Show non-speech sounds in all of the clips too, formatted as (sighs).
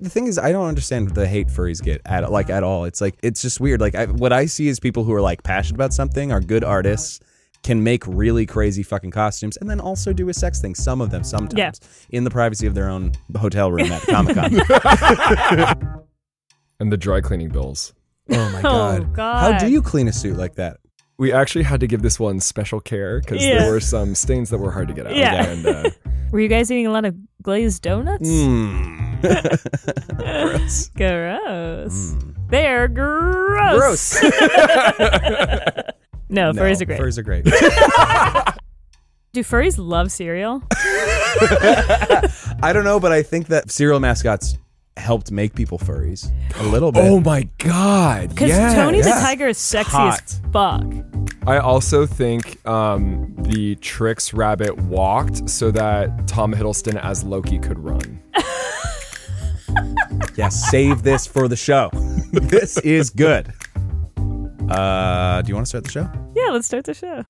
the thing is, I don't understand the hate furries get at like at all. It's like it's just weird. Like I, what I see is people who are like passionate about something are good artists. Can make really crazy fucking costumes and then also do a sex thing, some of them sometimes, Yeah. in the privacy of their own hotel room at Oh Comic (laughs) Con. and the dry cleaning bills. oh my Oh, God. How do God. you clean a suit like that? We actually had to give this one special care because Yeah. there were some stains that were hard to get out. Yeah. And, (laughs) uh, Were you guys eating a lot of glazed donuts? Mm. gross. They're gross. Mm. Gross. (laughs) (laughs) No, No, furries are great. Furries are great. Do furries love cereal? I don't know, but I think that cereal mascots helped make people furries a little bit. oh my God. Because yes. Tony the Tiger is sexy as fuck. I also think um, the Trix rabbit walked so that Tom Hiddleston as Loki could run. Yeah, save this for the show. this is good. Uh, do you want to start the show? Yeah, let's start the show.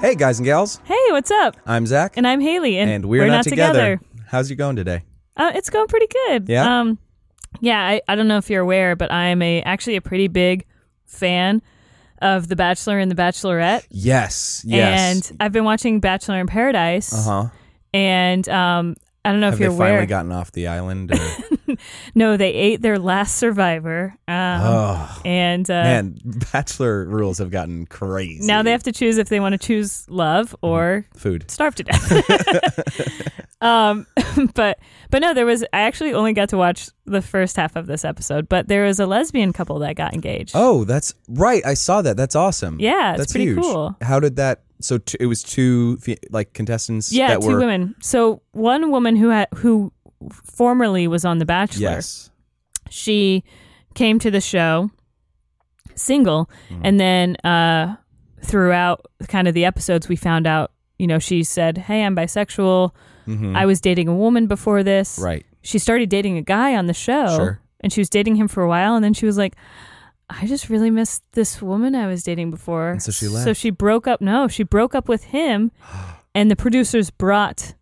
Hey, guys and gals, Hey, what's up? I'm Zach, And I'm Haley, and, and we're, not, together. How's you going today? Uh, it's going pretty good. Yeah? Um, yeah. I, I don't know if you're aware, but I am a actually a pretty big fan of The Bachelor and The Bachelorette, Yes, yes. and I've been watching Bachelor in Paradise. uh huh. And um, I don't know Have if they you're finally aware. gotten off the island? or- no, they ate their last survivor. Um, (laughs) oh and uh, man, bachelor rules have gotten crazy. now they have to choose if they want to choose love Mm-hmm. or food. starve to death. (laughs) (laughs) um, but but no, there was. I actually only got to watch the first half of this episode, but there was a lesbian couple that got engaged. Oh, that's right. I saw that. That's awesome. Yeah, it's that's pretty huge. cool. How did that? So t- it was two fe- like contestants. yeah, that two were, women. So one woman who had who formerly was on The Bachelor, Yes. she came to the show single, Mm-hmm. and then uh, throughout kind of the episodes, we found out. You know, she said, "Hey, I'm bisexual. I was dating a woman before this. Mm-hmm. Right. she started dating a guy on the show Sure. and she was dating him for a while and then she was like I just really missed this woman I was dating before. so she So left. she broke up. No, she broke up (gasps) with him and the producers brought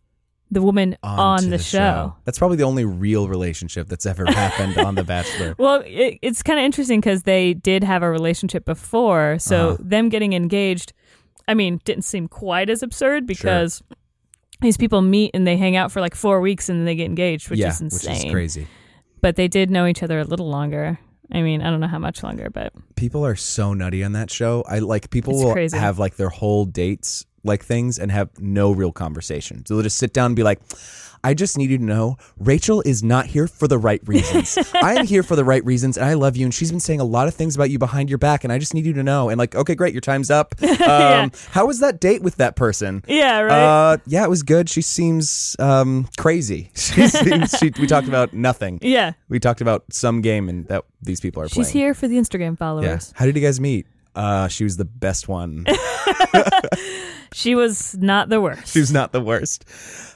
the woman on, onto the, show. That's probably the only real relationship that's ever happened on (laughs) The Bachelor. Well, it, it's kind of interesting because they did have a relationship before. So Uh-huh. them getting engaged, I mean, didn't seem quite as absurd because these people meet and they hang out for like four weeks and then they get engaged, which yeah, is insane. which is crazy. but they did know each other a little longer. I mean, I don't know how much longer, but People are so nutty on that show. I like people It's will crazy. have like their whole dates like things and have no real conversation. So they'll just sit down and be like, I just need you to know Rachel is not here for the right reasons. I am here for the right reasons and I love you. And she's been saying a lot of things about you behind your back. And I just need you to know. And like, okay, great, your time's (laughs) up. Um, How was that date with that person? yeah, right. Uh, yeah, it was good. She seems um, crazy. (laughs) She seems. She, we talked about nothing. yeah, We talked about some game and that these people are she's playing. here for the Instagram Yeah. followers. How did you guys meet? Uh, she was the best (laughs) one. She was not the worst, she was not the worst.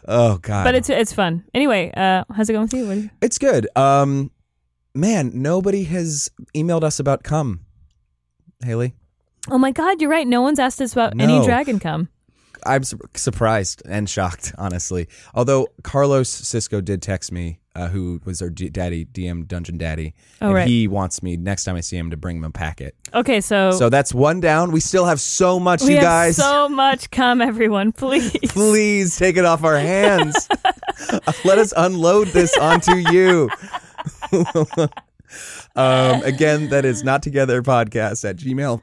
Oh God. but it's it's fun. Anyway, uh, how's it going with you? What do you- it's good. Um, man, nobody has emailed us about cum. Haley, Oh my God, you're right. No one's asked us about any No. dragon come. I'm sur- surprised and shocked, honestly. Although Carlos Cisco did text me, uh, who was our D- daddy DM Dungeon Daddy, Oh, and right. he wants me next time I see him to bring him a packet. Okay, so, So that's one down. We still have so much, Oh. we you have guys. so much come, everyone, please. (laughs) (laughs) Please take it off our hands. Let us unload this onto (laughs) you. um, again, that is not together podcast at Gmail.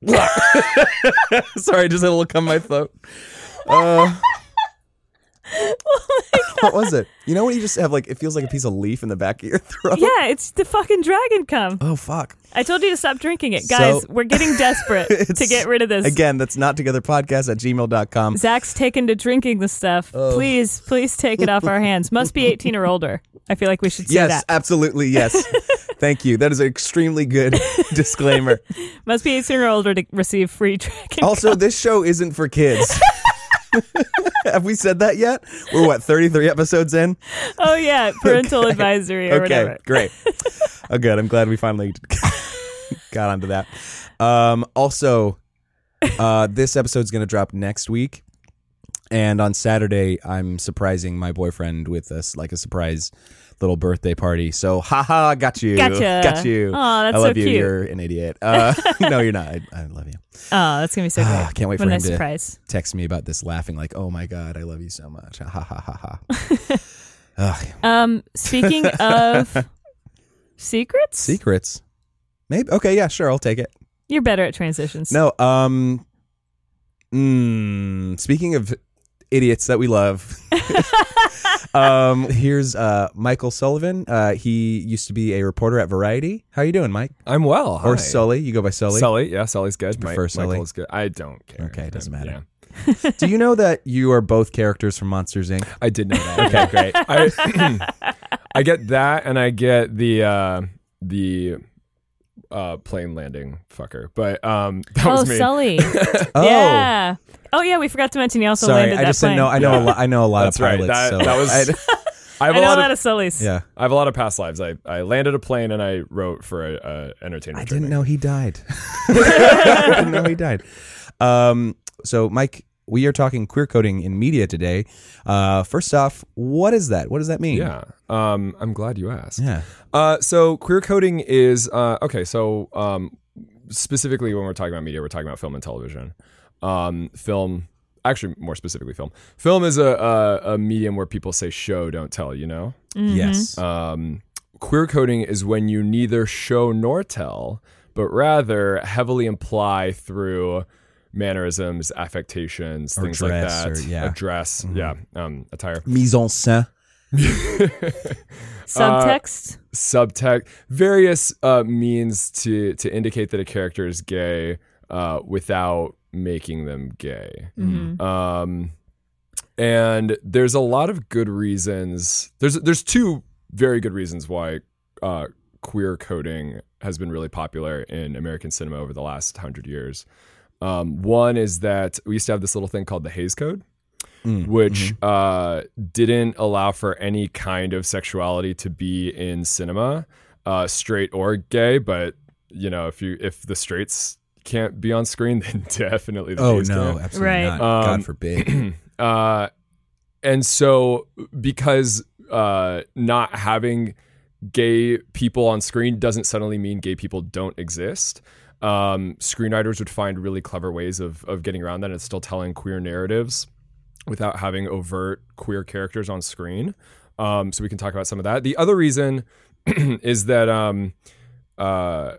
(laughs) Sorry, I just had a little come my throat. (laughs) Uh, what was it? You know when you just have like it feels like a piece of leaf in the back of your (laughs) throat. yeah, it's the fucking dragon come. Oh fuck. I told you to stop drinking it, guys. So- we're getting (laughs) desperate to It's- get rid of this. Again, that's not together podcast at gmail.com. Zach's taken to drinking the stuff. Oh. Please, please take it off our hands. Must be 18 or older. I feel like we should say Yes, that. absolutely. (laughs) Yes. Thank you. That is an extremely good disclaimer. Must be 18 or older to receive free drinking. Also, this show isn't for kids. Have we said that yet? We're what, 33 episodes in? (laughs) (laughs) Oh yeah, parental advisory Okay, or whatever. (laughs) great. oh, good. I'm glad we finally (laughs) got onto that. Um, also, uh, this episode's going to drop next week. And on Saturday, I'm surprising my boyfriend with us like a surprise little birthday party. So, haha, got you. Gotcha. Got you. Aw, that's I so love you. cute. You're an idiot. Uh, (laughs) no, you're not. I, I love you. Oh, that's gonna be so great. Ah, can't wait what for him a nice to surprise. text me about this laughing like, oh my God, I love you so much. Ha ha ha (laughs) ha. Ugh, Um, (laughs) speaking of secrets, secrets. Maybe. Okay, yeah, sure. I'll take it. you're better at transitions. No, um, mm, speaking of idiots that we (laughs) love, um, here's uh, Michael Sullivan. Uh, he used to be a reporter at Variety. How you doing, Mike? I'm well. Hi. Or Sully? You go by Sully. Sully, yeah, Sully's good. prefer Mi- Sully? Michael's good. I don't care. Okay, it doesn't Um, matter. Do you know that you are both characters from Monsters Inc.? yeah. I did know that. (laughs) okay, great. I, (clears throat) I get that, and I get the uh, the uh, plane landing fucker. But um, that oh, was me. Sully. (laughs) Oh, Yeah. Oh yeah, we forgot to mention he also sorry. landed I that just plane. didn't know. I know a lot. I know a lot That's of right. pilots. That- so that was- (laughs) I- I have I a know lot a of lot of Sullys. yeah. I have a lot of past lives. I, I landed a plane and I wrote for a, a entertainment. I didn't journal. know he (laughs) died. (laughs) I didn't know he died. Um, so, Mike, we are talking queer coding in media today. Uh, first off, what is that? What does that mean? Yeah. Um, I'm glad you asked. Yeah. Uh, so queer coding is uh, okay. So um, specifically, when we're talking about media, we're talking about film and television. Um, film, actually, more specifically, film. Film is a, a a medium where people say "show, don't tell." You know. Mm-hmm. Yes. Um, queer coding is when you neither show nor tell, but rather heavily imply through mannerisms, affectations, Or things dress, like that. or- yeah. Mm-hmm. A dress, yeah, um, (laughs) attire. (laughs) Mise en scène. Subtext. Uh, subtext, various uh, means to to indicate that a character is gay uh, without making them gay. Mm-hmm. mm. Um, and there's a lot of good reasons. There's there's two very good reasons why uh, queer coding has been really popular in American cinema over the last hundred years. Um, one is that we used to have this little thing called the Hays Code, Mm, which uh, didn't allow for any kind of sexuality to be in cinema, uh, straight or gay. But you know, if you if the straights can't be on screen, (laughs) then definitely the Oh, gays no. can. Absolutely Right. not. Um, God (clears throat) forbid. Uh, and so because uh, not having gay people on screen doesn't suddenly mean gay people don't exist. Um, screenwriters would find really clever ways of of getting around that and still telling queer narratives without having overt queer characters on screen. Um, so we can talk about some of that. The other reason (clears throat) is that um, uh,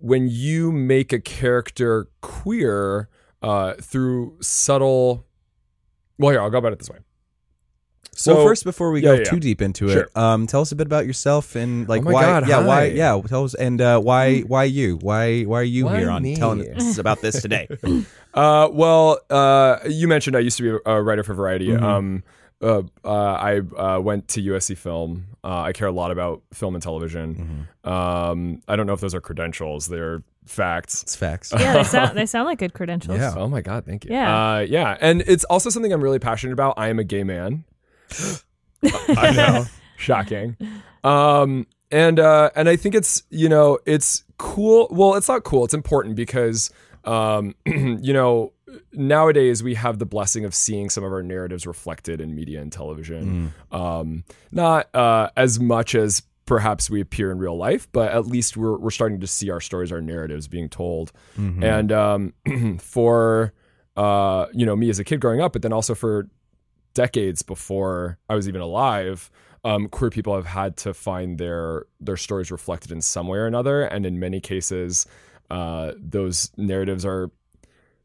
when you make a character queer uh, through subtle, well, here I'll go about it this way. So, first, before we Yeah, go yeah. too deep into Sure. it, um, tell us a bit about yourself and like Oh my why. God, yeah, why? hi. Mm. Yeah, tell us and uh, why? Why you? Why? Why are you Why here on me? telling (laughs) us about this today? Mm-hmm. Uh, well, uh, you mentioned I used to be a writer for Variety. Um, uh, uh, I uh, went to USC Film. Uh, I care a lot about film and television. Um, I don't know if those are credentials; they're facts. it's facts. (laughs) (laughs) Yeah, they sound they sound like good credentials. Yeah. Oh my god, thank you. Yeah. uh, yeah, and it's also something I'm really passionate about. I am a gay man. I (laughs) know, shocking. Um, and uh, and I think it's you know it's cool. Well, it's not cool. It's important because um, (clears throat) you know nowadays we have the blessing of seeing some of our narratives reflected in media and television. Um, not uh, as much as perhaps we appear in real life, but at least we're we're starting to see our stories, our narratives being told. Mm-hmm. And um, (clears throat) for uh, you know me as a kid growing up, but then also for decades before I was even alive, um, queer people have had to find their their stories reflected in some way or another, and in many cases, uh, those narratives are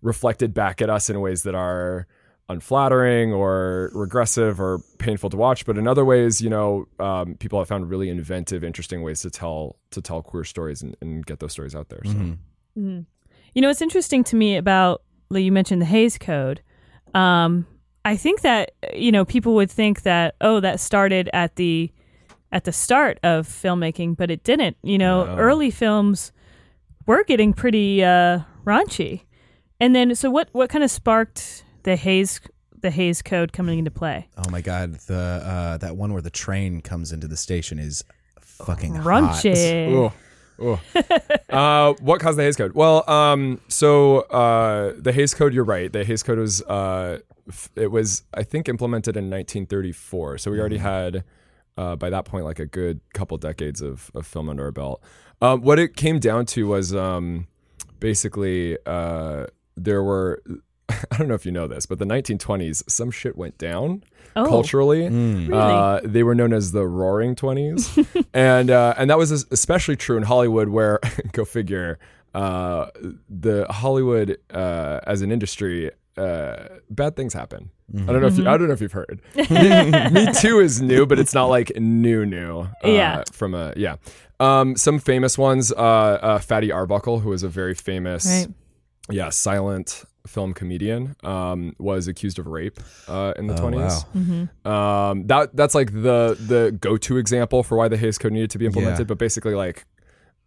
reflected back at us in ways that are unflattering or regressive or painful to watch. But in other ways, you know, um, people have found really inventive, interesting ways to tell to tell queer stories and, and get those stories out there. So. You know, it's interesting to me about like you mentioned the Hayes Code. Um, I think that you know people would think that oh that started at the at the start of filmmaking, but it didn't. You know, early films were getting pretty uh, raunchy, and then so what? What kind of sparked the Hayes the Hayes Code coming into play. Oh my god, the uh, that one where the train comes into the station is fucking hot. Raunchy. Ugh. Ugh. (laughs) uh, what caused the Hayes Code? Well, um, so uh, the Hayes Code. You're right. The Hayes Code was uh, f- it was I think implemented in 1934. So we already had uh, by that point like a good couple decades of, of film under our belt. Uh, what it came down to was um, basically uh, there were. (laughs) I don't know if you know this, but the 1920s, some shit went down Oh. culturally. Uh, they were known as the (laughs) Roaring Twenties, and uh, and that was es- especially true in Hollywood, where (laughs) go figure, uh, the Hollywood uh, as an industry, uh, bad things happen. I don't know if you, Mm-hmm. I don't know if (laughs) you've heard. Me, Me Too is new, but it's not like new new. uh, Yeah. from a yeah. Um, some famous ones, uh, uh, Fatty Arbuckle, who was a very famous Right. yeah, silent film comedian, um, was accused of rape uh, in the Oh, twenties. Um, that that's like the the go to example for why the Hays Code needed to be implemented. Yeah. But basically, like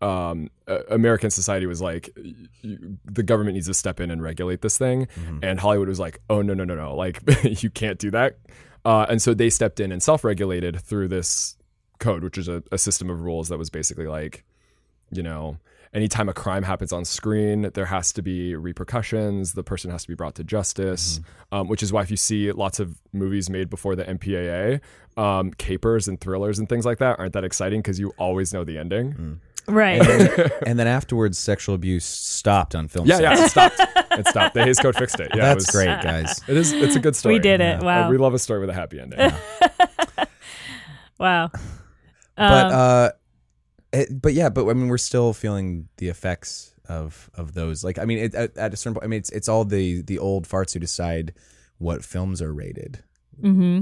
um, uh, American society was like, y- y- the government needs to step in and regulate this thing, Mm-hmm. and Hollywood was like, oh no no no no, like (laughs) you can't do that. Uh, and so they stepped in and self regulated through this code, which is a, a system of rules that was basically like you know, anytime a crime happens on screen, there has to be repercussions. The person has to be brought to justice, Mm-hmm. um, which is why if you see lots of movies made before the MPAA, um, capers and thrillers and things like that aren't that exciting because you always know the ending. Mm. Right. (laughs) and then afterwards, sexual abuse stopped on film. Yeah, sets. (laughs) yeah, it stopped. it stopped. The Hays Code fixed it. Yeah, it that's was- great, guys. It is. It's a good story. We did it. Uh, Wow. we love a story with a happy ending. (laughs) wow. but uh, it, but yeah, but I mean, we're still feeling the effects of of those. Like, I mean, it, at, at a certain point, I mean, it's it's all the the old farts who decide what films are rated. Mm-hmm.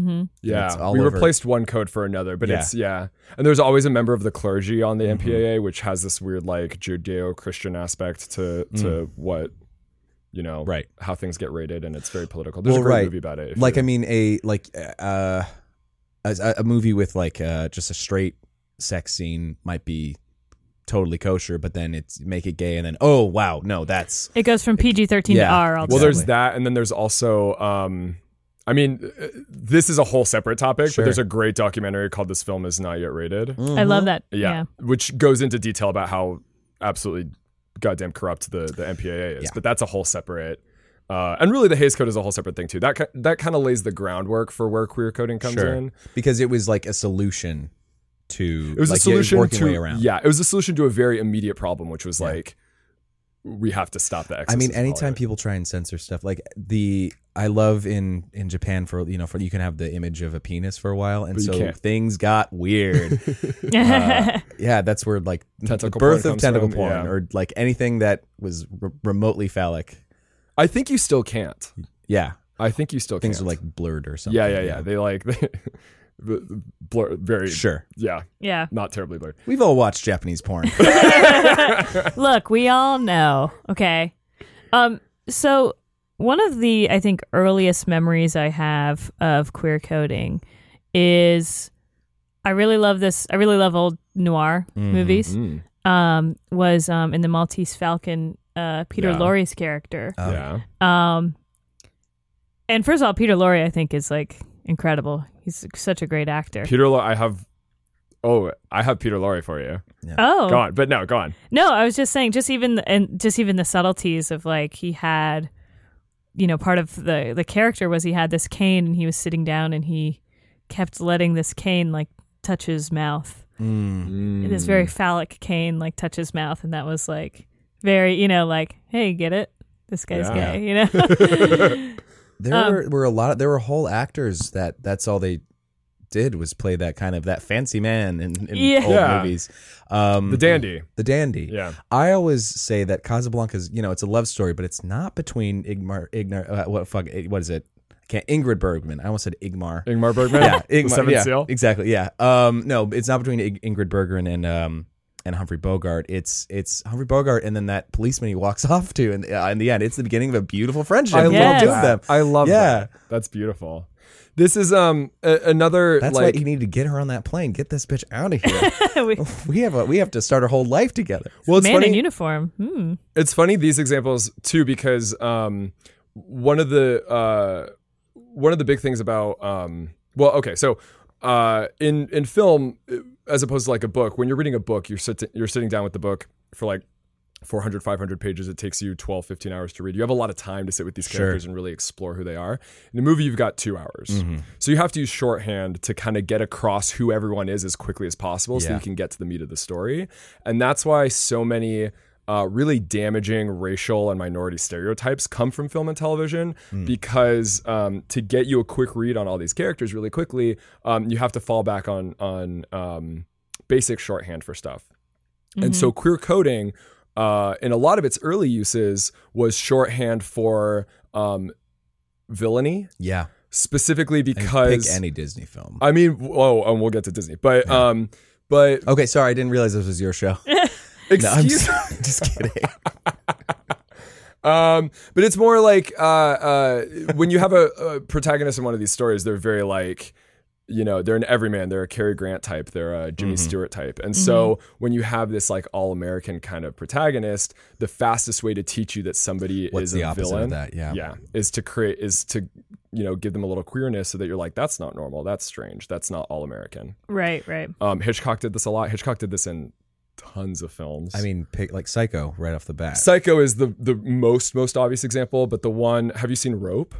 Mm-hmm. Yeah, It's all we over. replaced one code for another, but Yeah. Mm-hmm. it's yeah. And there's always a member of the clergy on the MPAA, which has this weird like Judeo-Christian aspect to to what you know, Mm. Right. How things get rated, and it's very political. There's Well, a great right. movie about it. if like you- I mean a like uh a, a movie with like uh just a straight sex scene might be totally kosher, but then it's make it gay and then oh wow no that's It goes from PG thirteen to Yeah. R. All well, the there's Exactly. that, and then there's also. um I mean, uh, this is a whole separate Sure. topic, Mm. but there's a great documentary called "This Film Is Not Yet Rated." time. I love that. yeah, Yeah. which goes into detail about how absolutely goddamn corrupt the the MPAA is. Yeah. But that's a whole separate. Uh, and really, the Hays Code is a whole separate thing too. That ki- that kind of lays the groundwork for where queer coding comes Sure. in. because it was like a solution to It was like, a solution yeah, working to way around. yeah, it was a solution to a very immediate problem, which was like we have to stop the. I mean, excesses of anytime Hollywood. people try and censor stuff, like the I love in in Japan for you know for you can have the image of a penis for a while, and But you so can't. things got (laughs) weird. Uh, yeah, that's where like Tentacle the birth porn of comes tentacle from, porn yeah. or like anything that was re- remotely phallic. I think you still can't. Yeah, I think you still things can't. are like blurred or something. yeah, yeah, yeah. They like (laughs) the blur very Sure, yeah, (laughs) yeah. not terribly blurred. we've all watched Japanese (laughs) porn. Look, we all know. Okay. Um, so one of the I think earliest memories I have of queer coding is I really love this I really love old noir movies. Mm, Um was um in the Maltese Falcon uh Peter Yeah. Lorre's character. Um, yeah, Um and first of all, Peter Lorre I think is like incredible. He's such a great actor. Peter. Lo- I have. Oh, I have Peter Lorre for you. oh. Go on, but no, go on. No, I was just saying, just even the, and just even the subtleties of like he had, you know, part of the the character was he had this cane and he was sitting down and he kept letting this cane like touch his mouth. Mm. This very phallic cane like touch his mouth, and that was like very, you know, like hey, get it? This guy's Yeah. gay, you (laughs) know. (laughs) There were, were a lot. Of, there were whole actors that that's all they did was play that kind of that fancy man in, in Yeah. old Yeah. movies. Um, the dandy. the dandy. Yeah. I always say that Casablanca's, you know, it's a love story, but it's not between Igmar, Ignar, uh, what fuck, eh, what is it? I can't, Ingrid Bergman. I almost said Igmar. Ingmar Bergman. (laughs) yeah, The Ingmar, Seventh yeah, Seal. Exactly. Yeah. Um, no, it's not between Ig- Ingrid Bergman and um and Humphrey Bogart. It's it's Humphrey Bogart and then that policeman he walks (laughs) off to, and uh, in the end, it's the beginning of a beautiful friendship. I between the love two that. of them. I love Yeah. that. That's beautiful. This is um a- another That's like why you need to get her on that plane. Get this bitch out of (laughs) here. We- we have a we have to start our whole life together. well it's man funny in uniform. Hmm. it's funny these examples too because um one of the uh one of the big things about um, well, okay, so uh, in in film, uh, as opposed to like a book, when you're reading a book, you're sitting you're sitting down with the book for like 400 500 pages it takes you 12 15 hours to read you have a lot of time to sit with these Sure. characters and really explore who they are in a movie you've got two hours so you have to use shorthand to kind of get across who everyone is as quickly as possible so Yeah. you can get to the meat of the story and that's why so many uh, really damaging racial and minority stereotypes come from film and television Hmm. because um, to get you a quick read on all these characters really quickly um, you have to fall back on on um, basic shorthand for stuff Mm-hmm. and so queer coding, uh, in a lot of its early uses, was shorthand for um, villainy, Yeah. specifically I mean, because pick any Disney film. I mean, whoa, and we'll get to Disney, but um, but okay, sorry, I didn't realize this was your show. (laughs) No, I'm excuse, just, (laughs) just (laughs) kidding. um, but it's more like uh, uh, when you have a, a protagonist in one of these stories, they're very like. You know, they're an everyman. They're a Cary Grant type. They're a Jimmy Mm-hmm. Stewart type. And so, when you have this like all American kind of protagonist, the fastest way to teach you that somebody What's is the a opposite villain of that? Yeah. yeah is to create is to you know give them a little queerness so that you're like that's not normal that's strange that's not all american Right, right. um hitchcock did this a lot hitchcock did this in tons of films I mean, pick like Psycho right off the bat. psycho is the the most most obvious example but the one have you seen rope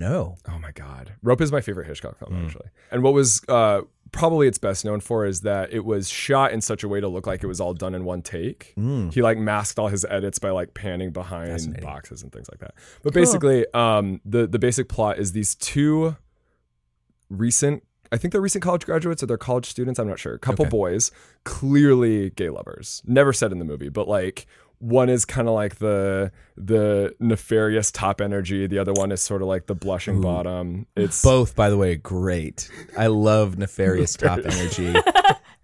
no. oh my god rope is my favorite hitchcock film actually and what was uh probably it's best known for is that it was shot in such a way to look like it was all done in one take Mm. he like masked all his edits by like panning behind Fascinating. boxes and things like that but basically um the the basic plot is these two recent I think they're recent college graduates or they're college students. I'm not sure. A couple Okay. boys, clearly gay lovers. Never said in the movie, but like one is kind of like the the nefarious top energy. The other one is sort of like the blushing bottom. It's Both, by the way, great. I love (laughs) nefarious top energy.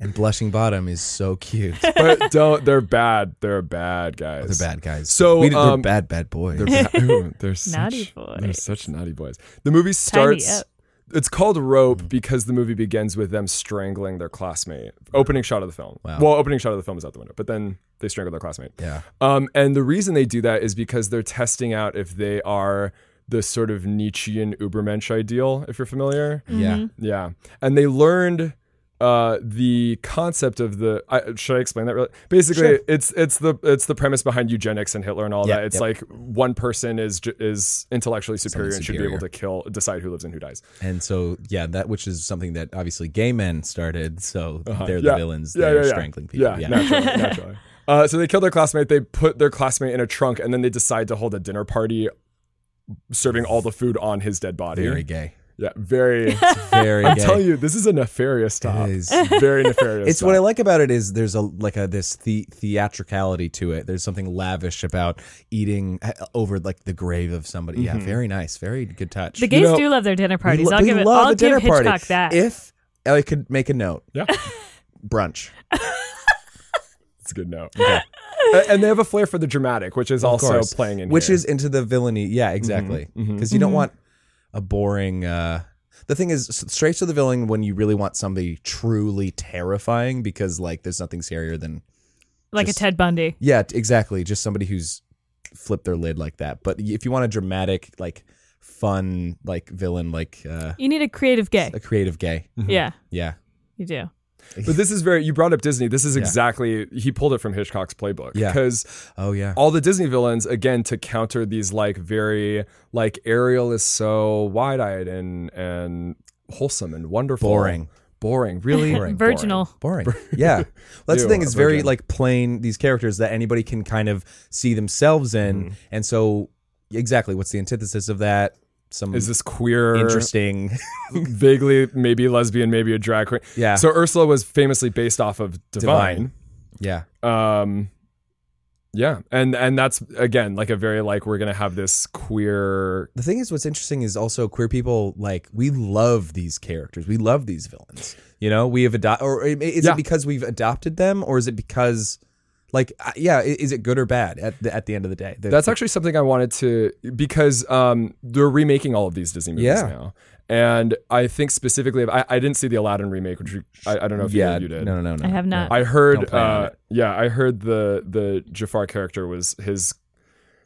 And blushing bottom is so cute. They're (laughs) but don't they're bad. They're bad guys. bad guys. So, we, Oh, they're um, bad, bad boys. They're, (laughs) bad. Ooh, they're such, Naughty They're boys. such naughty boys. The movie starts. up. It's called Rope because the movie begins with them strangling their classmate. Opening shot of the film. Well, opening shot of the film is out the window, but then they strangle their classmate. Yeah. Um, and the reason they do that is because they're testing out if they are the sort of Nietzschean Ubermensch ideal, if you're familiar. Yeah. Yeah, and they learned uh, the concept of the. I, should I explain that? Really, basically, Sure. it's it's the it's the premise behind eugenics and Hitler and all Yeah, that. It's yep. like one person is ju- is intellectually superior and should be superior. able to kill, decide who lives and who dies. And so, yeah, that which is something that obviously gay men started. So Oh, they're the Uh-huh. Yeah. villains. Yeah, They're yeah, yeah. strangling people. (laughs) Yeah, naturally, naturally. Uh, so they kill their classmate. They put their classmate in a trunk, and then they decide to hold a dinner party, serving all the food on his dead body. Very gay. yeah, (laughs) very. Very I'm gay. telling you, this is a nefarious top. is. Very (laughs) nefarious. It's what I top. like about it is there's a like a this the, theatricality to it. There's something lavish about eating uh, over like the grave of somebody. Yeah, Mm-hmm. very nice, very good touch. The gays know, do love their dinner We parties. lo- I'll they give it. love I'll a give dinner Hitchcock party. that. If I could make a note, Yeah. (laughs) brunch. It's a good note. A- and they have a flair for the dramatic, which is also course. playing in which here. Mm-hmm. is into the villainy. Yeah, exactly. Because you don't Mm-hmm. want a boring. Uh, the thing is, s- straight to the villain when you really want somebody truly terrifying, because like there's nothing scarier than like just- a Ted Bundy. yeah, t- exactly, just somebody who's flipped their lid like that. But y- if you want a dramatic, like fun, like villain, like uh, You need a creative gay. a creative gay, Mm. Yeah, yeah, you do. But this is very. You brought up Disney. This is exactly. He pulled it from Hitchcock's playbook. Yeah. Because oh yeah, all the Disney villains again to counter these like very like Ariel is so wide eyed and and wholesome and wonderful. Boring. Boring. Really Boring. (laughs) Virginal. boring. (laughs) Yeah, Well, that's the You thing. are It's very virgin. like plain these characters that anybody can kind of see themselves in, Mm-hmm. and so exactly what's the antithesis of that? Some Is this queer (laughs) interesting? vaguely maybe lesbian, maybe a drag queen. Yeah. So Ursula was famously based off of Divine. yeah, Um yeah, and and that's again like a very like we're gonna have this queer the thing is, what's interesting is also queer people like we love these characters. We love these villains. You know, we have adopted, or i- is Yeah. it because we've adopted them, or is it because, like, uh, yeah, i- is it good or bad at the, at the end of the day? The- That's actually something I wanted to because um, they're remaking all of these Disney movies Yeah. now, and I think specifically, I, I didn't see the Aladdin remake, which you- I, I don't know if yeah, you, you did. no, no, no, no. I have not. I Don't heard, plan on uh, it. yeah, I heard the the Jafar character was his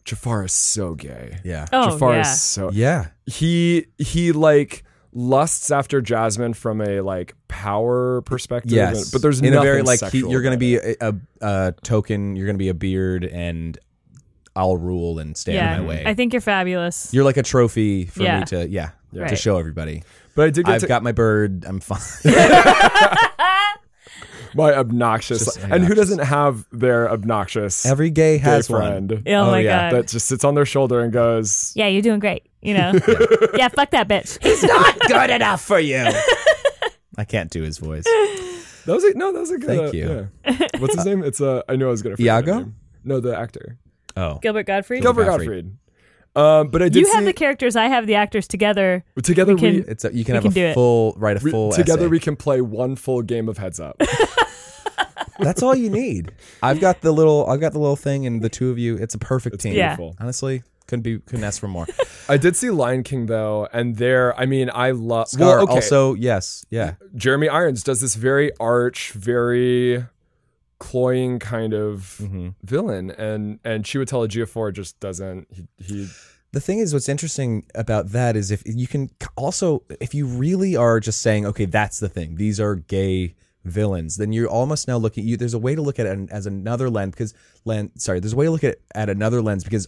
Jafar is so gay. Yeah. Oh Jafar yeah. is so Yeah. he he like lusts after Jasmine from a like power perspective. Yes. but there's in a nothing very like he, sexual you're going to about be it. a, a, a token. You're going to be a beard, and I'll rule and stay out yeah. of my way. I think you're fabulous. you're like a trophy for Yeah. me to yeah, to Right. show everybody. But I did get I've to got my bird. I'm fine. (laughs) my obnoxious, Just and who obnoxious. doesn't have their obnoxious Every gay gay has friend uh, one. oh, Oh, my yeah, god. that just sits on their shoulder and goes, yeah, you're doing great. (laughs) You know. yeah, fuck that bitch. It's not good enough for (laughs) you. I can't do his voice. "That was a, no, that was a good." Thank uh, you. yeah. What's his name? It's uh, I knew I was gonna. forget Iago? his name. No, the actor. Oh, Gilbert Godfrey. Gilbert Gilbert Gottfried. Gottfried. Um, but I did you have see the characters. I have the actors together. together we can- we it's a, you can We have can do a it. full write a We- full together essay. we can play one full game of heads up. That's all you (laughs) need. I've got the little I've got the little thing and the two of you. It's a perfect team. Yeah. beautiful. Honestly, couldn't be couldn't ask for more. I did see Lion King though, and there, I mean, I love. Scar Well, okay. also, yes. Yeah. Jeremy Irons does this very arch, very cloying kind of Mm-hmm. villain, and and Chiwetel Ejiofor just doesn't. He, he The thing is what's interesting about that is if you can c- also if you really are just saying, okay, that's the thing. These are gay villains, then you're almost now looking you there's a way to look at it an- as another lens because lens sorry, there's a way to look at at another lens because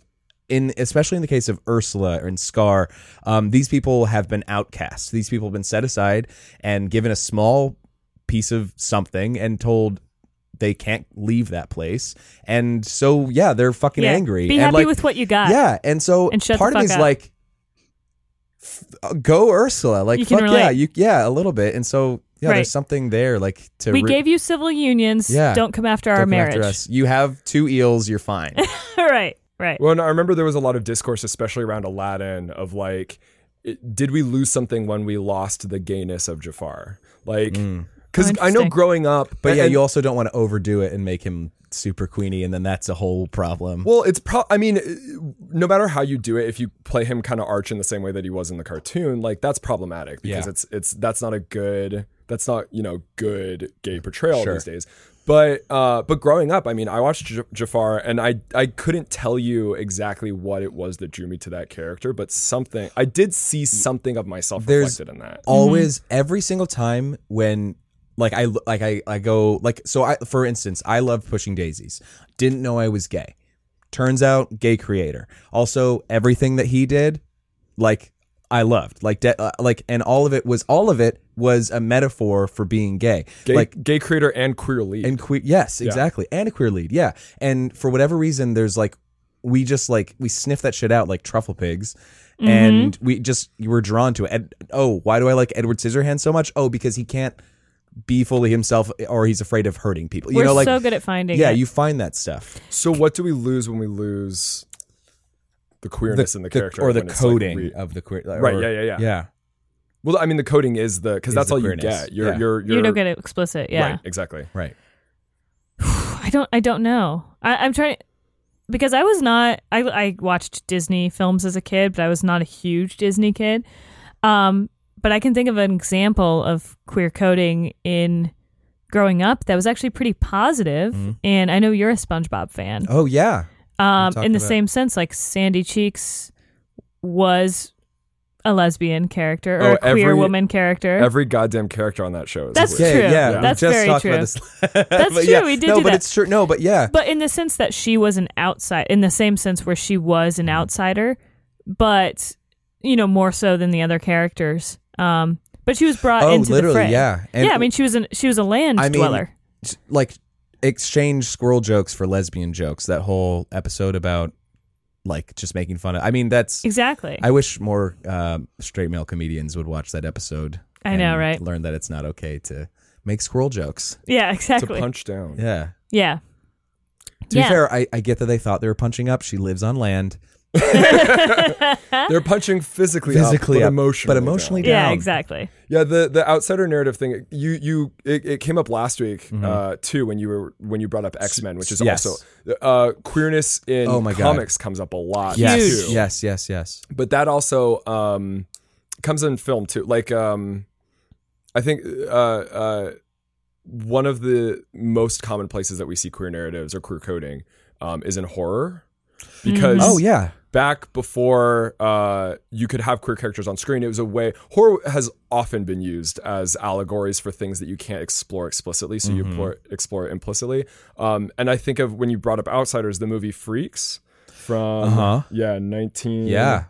in especially in the case of Ursula and Scar, um, these people have been outcast. These people have been set aside and given a small piece of something and told they can't leave that place. And so yeah, they're fucking Yeah. angry. Be and happy like, with what you got. yeah, and so And shut the part of fuck me is up. like, f- uh, go Ursula, like You can fuck yeah, relate. you yeah a little bit, and so yeah, Right. there's something there like to We re- gave you civil unions. Yeah. Don't come after our don't come marriage. After us. You have two eels, you're fine. (laughs) right. Right. well, and I remember there was a lot of discourse, especially around Aladdin, of like, it, did we lose something when we lost the gayness of Jafar? Like, because Oh, I know interesting. growing up, but yeah, and- you also don't want to overdo it and make him super queenie, and then that's a whole problem. Well, it's pro. I mean, uh, no matter how you do it, if you play him kind of arch in the same way that he was in the cartoon, like that's problematic because Yeah. it's it's that's not a good that's not you know good gay portrayal Sure. these days. But uh, but growing up, I mean, I watched J- Jafar and I I couldn't tell you exactly what it was that drew me to that character, but something I did see something of myself There's- reflected in that. always every single time when like I like I I go like so I for instance I love pushing daisies. Didn't know I was gay. Turns out gay creator. Also everything that he did like I loved. Like de- uh, like and all of it was all of it was a metaphor for being gay. Gay, Like gay creator and queer lead. and queer yes exactly and a queer lead yeah and for whatever reason there's like we just like we sniff that shit out like truffle pigs Mm-hmm. and we just you were drawn to it and oh why do i like edward scissorhands so much oh because he can't be fully himself or he's afraid of hurting people you We're know like so good at finding. yeah it. you find that stuff so, what do we lose when we lose the queerness in the character or the when it's, like, coding re- of the queer Right, or- yeah, yeah, yeah. yeah Well, I mean, the coding is the because that's the all you queerness. get. You're, Yeah. you're, you're, You don't get it explicit. Yeah. Right, exactly. right I don't. I don't know. I, I'm trying because I was not. I I watched Disney films as a kid, but I was not a huge Disney kid. Um, but I can think of an example of queer coding in growing up that was actually pretty positive. And I know you're a SpongeBob fan. Mm-hmm. oh yeah um, talked in the about- same sense, like Sandy Cheeks was a lesbian character or Oh, a queer every- woman character. Every goddamn character on that show is That's yeah true. weird. yeah we That's just very talked true. about this (laughs) that's true, we did no do but that. it's true no but yeah but in the sense that she was an outside in the same sense where she was an outsider but you know more so than the other characters um but she was brought Oh, into literally, the fray yeah. And- yeah i mean she was an she was a land I mean, dweller s- like exchange squirrel jokes for lesbian jokes. That whole episode about like just making fun of. I mean, that's. exactly I wish more um straight male comedians would watch that episode. I know, and right? Learn that it's not okay to make squirrel jokes. yeah It's a exactly punch down. Yeah. yeah To yeah be fair, I, I get that they thought they were punching up. She lives on land, They're punching physically, Physically up, up, but but emotionally, emotionally down. yeah down. exactly Yeah, the the outsider narrative thing. You you it, it came up last week uh, too when you were when you brought up X Men, which is Mm-hmm. Yes. also uh, queerness in Oh my God. comics comes up a lot. yes, too. yes, yes, yes. but that also um comes in film too like um i think uh uh one of the most common places that we see queer narratives or queer coding um is in horror because Oh yeah. back before uh, you could have queer characters on screen, it was a way. Horror has often been used as allegories for things that you can't explore explicitly, so Mm-hmm. you explore, explore it implicitly. Um, and I think of when you brought up Outsiders, the movie Freaks from Uh-huh. yeah nineteen Yeah.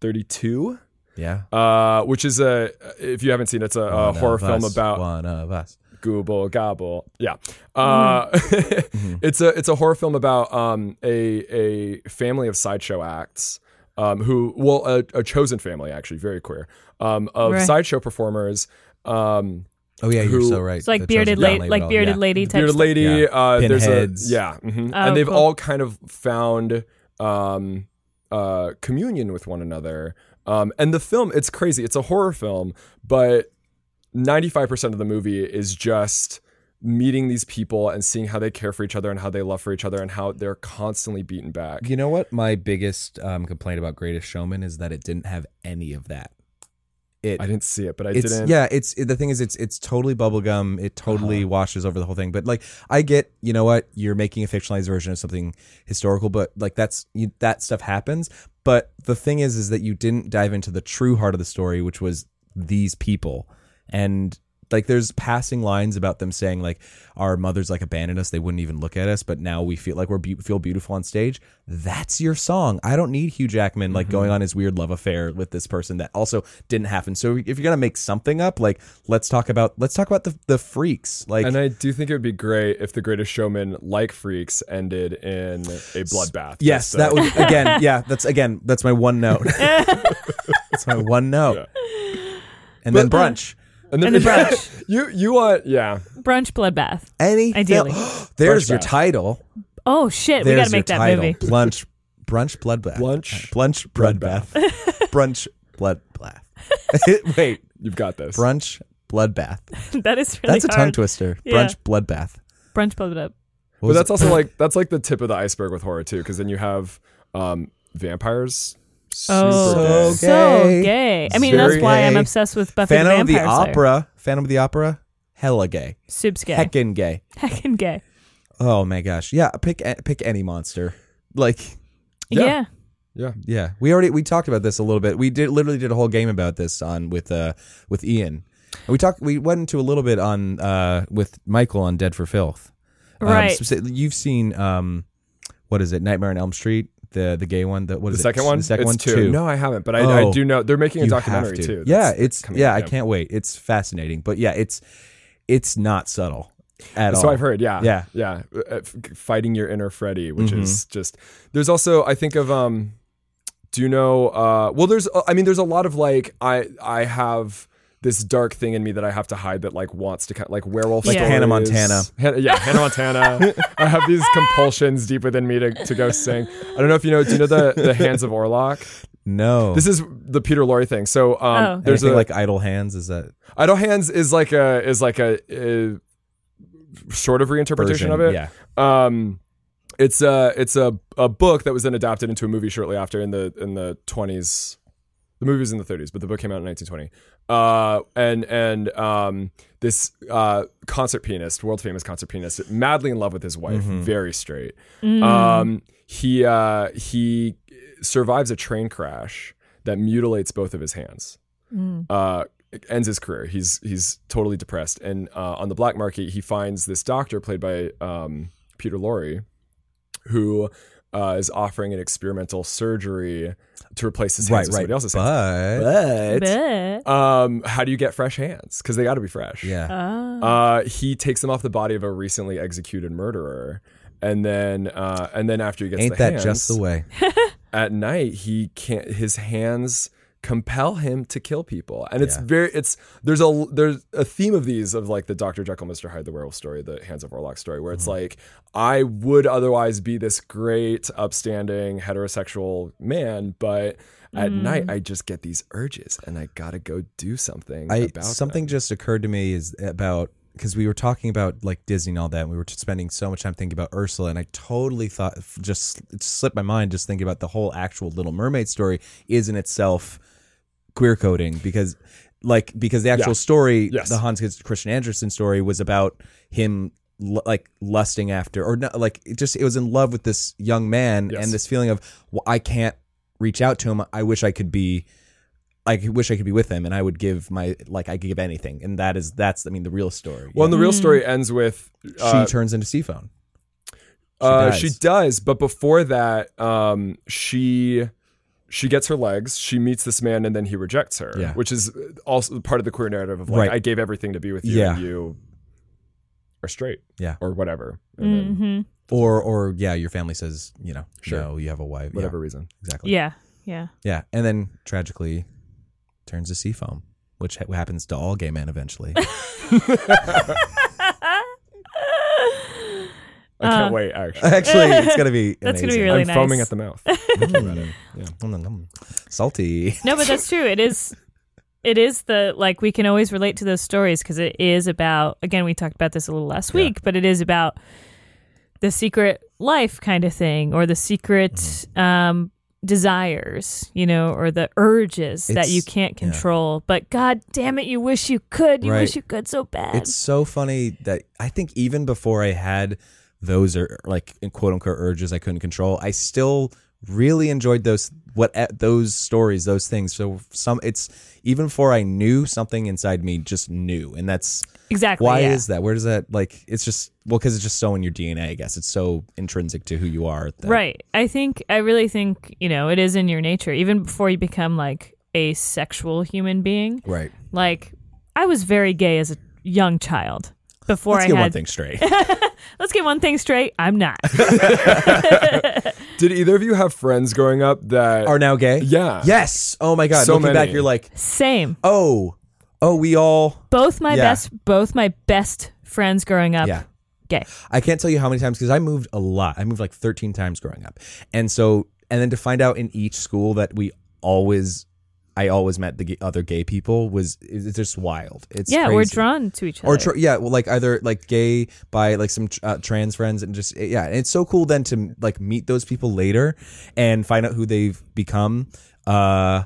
thirty two. Yeah. Uh, which is a if you haven't seen it, it's a, a One horror of film us, about one of us. Google gobble. Yeah. Uh, (laughs) it's a it's a horror film about um, a a family of sideshow acts um, who well a, a chosen family actually very queer um, of Right. sideshow performers. Um, Oh yeah, you're Who- so right. It's like The bearded chosen lady, family like role, bearded yeah. lady type. Bearded stuff. Lady. Yeah. Uh, there's a Pinheads. yeah, mhm. Oh, and they've cool. all kind of found um, uh, communion with one another. Um, and the film, it's crazy. It's a horror film, but 95% of the movie is just meeting these people and seeing how they care for each other and how they love for each other and how they're constantly beaten back. You know what? My biggest um, complaint about Greatest Showman is that it didn't have any of that. It I didn't see it, but I it's didn't. Uh-huh. yeah it's it- the thing is it's it's totally bubblegum it totally washes over the whole thing but like i get you know what you're making a fictionalized version of something historical but like that's you, that stuff happens but the thing is is that you didn't dive into the true heart of the story which was these people and like there's passing lines about them saying like our mothers like abandoned us they wouldn't even look at us but now we feel like we're be- feel beautiful on stage that's your song i don't need hugh jackman like Mm-hmm. going on his weird love affair with this person that also didn't happen so if you're gonna make something up like let's talk about let's talk about the, the freaks like And I do think it would be great if The Greatest Showman, like Freaks, ended in a bloodbath. yes Just, uh, that (laughs) was again yeah that's again that's my one note that's my one note and then But- brunch And then And the brunch. (laughs) you you want yeah. Brunch bloodbath. any Ideally. (gasps) there's Brunch your bath. title Oh shit, we There's gotta make that your title. movie. Brunch, brunch, bloodbath. Blunch. blunch, bloodbath. (laughs) brunch, bloodbath. Wait, You've got this. brunch, bloodbath. that is (laughs) really That's a tongue hard. twister. Yeah. Brunch, bloodbath. Brunch bloodbath. What but was that's it? (laughs) also like that's like the tip of the iceberg with horror too, because then you have um, vampires. Super Oh, So gay. so gay. gay. I mean, Very that's why I'm gay. obsessed with Buffy Phantom the of the Vampire Slayer. Opera. Phantom of the Opera. Hella gay. Subs gay. Heckin' gay. (laughs) Heckin' gay. Oh my gosh. Yeah. Pick a- pick any monster. Like Yeah. Yeah. yeah. yeah. yeah, we already we talked about this a little bit. We did literally did a whole game about this on with uh with Ian. And we talked. We went into a little bit on uh with Michael on Dead for Filth. Um, Right. speci- you've seen um, what is it? Nightmare on Elm Street, the the gay one. The what The is it? second one. The second it's one two. No, I haven't, but I, I Oh. do know they're making a You have documentary to. too. Yeah, that's- it's coming yeah. out, I yeah. can't wait. It's fascinating, but yeah, it's it's not subtle at all. So I've heard. Yeah. Yeah. Mm-hmm. Yeah. Uh, f- Fighting your inner Freddy, which is just there's also I think of um do you know uh well there's I mean there's a lot of like I I have this dark thing in me that I have to hide that like wants to kind like werewolf Like stories. Hannah Montana. Han- yeah, Hannah Montana. I have these compulsions deep within me to, to go sing. I don't know if you know. Do you know the the Hands of Orlok? No, This is the Peter Lorre thing. So um, Oh. there's Anything a like idle hands. Is that Idle Hands is like a is like a, a sort of reinterpretation version? of it. Yeah. Um, it's a it's a, a book that was then adapted into a movie shortly after in the in the twenties. The movie was in the thirties, but the book came out in nineteen twenty. Uh, and and um, this uh, concert pianist, world famous concert pianist, madly in love with his wife, Mm-hmm. very straight. Um, he uh, he survives a train crash that mutilates both of his hands. Uh, it ends his career. He's he's totally depressed, and uh, on the black market, he finds this doctor played by um, Peter Lorre, who uh, is offering an experimental surgery to replace his hands Right. with Right. somebody else's hands. But But, But, um, how do you get fresh hands? Because they got to be fresh. yeah. Ah. Uh, he takes them off the body of a recently executed murderer, and then uh, and then after he gets Ain't the that hands, just the way? at night he can't his hands compel him to kill people and it's Yeah. very it's there's a there's a theme of these of like the dr jekyll mr hyde the werewolf story the hands of orlok story where it's Mm-hmm. like i would otherwise be this great upstanding heterosexual man but at Mm-hmm. night i just get these urges and i gotta go do something I about something them. just occurred to me is about because we were talking about like Disney and all that, and we were just spending so much time thinking about Ursula, and I totally thought just it slipped my mind just thinking about the whole actual Little Mermaid story is in itself queer coding because like because the actual Yeah. story Yes. the Hans Christian Andersen story was about him l- like lusting after or not like it just it was in love with this young man Yes. and this feeling of well, I can't reach out to him. I wish I could be I wish I could be with him and I would give my like I could give anything. And that is that's I mean the real story. Well, and Yeah. the real story ends with uh, Mm-hmm. she turns into Seaphone. Uh, dies. she does, but before that, um, she she gets her legs. She meets this man, and then he rejects her, Yeah. which is also part of the queer narrative of like, Right. I gave everything to be with you, Yeah. and you are straight, Yeah. or whatever, and then hmm Or or yeah, your family says, you know, Sure. no, you have a wife. whatever reason. Yeah, exactly. Yeah. Yeah. Yeah, and then tragically turns to seafoam, which ha- happens to all gay men (laughs) eventually. I can't wait. Actually, Actually, it's gonna be (laughs) That's gonna amazing. be Uh, really I'm foaming nice. at (laughs) the mouth. Mm, mm, mm. salty. No, but that's true. It is. It is the like we can always relate to those stories because it is about again we talked about this a little last week, but it is about the secret life kind of thing or the secret Mm-hmm. um, desires, you know, or the urges that It's- you can't control. But god damn it, you wish you could. You Right. wish you could so bad. It's so funny that I think even before I had those or like in quote unquote urges I couldn't control, I still really enjoyed those what eh, those stories, those things. So some it's even before I knew something inside me just knew, and that's exactly why yeah. is that? Where does that like? It's just well because it's just so in your DNA. I guess it's so intrinsic to who you are. That, Right. I think I really think, you know, it is in your nature even before you become like a sexual human being. Right. Like I was very gay as a young child before Let's I get had one thing (laughs) straight. Let's get one thing straight. (laughs) I'm not. Did either of you have friends growing up that Are now gay? Yeah. Yes. Oh my god. So Looking back, many. you're like, Same. oh, oh, we all. Both my Yeah. best both my best friends growing up Yeah. gay. I can't tell you how many times because I moved a lot. I moved like 13 times growing up, and so and then to find out in each school that we always, I always met the g- other gay people was it's just wild. It's yeah, we're crazy. drawn to each other. or tra- yeah, well, like either like gay by like some uh, trans friends and just yeah, and it's so cool then to like meet those people later and find out who they've become. Uh,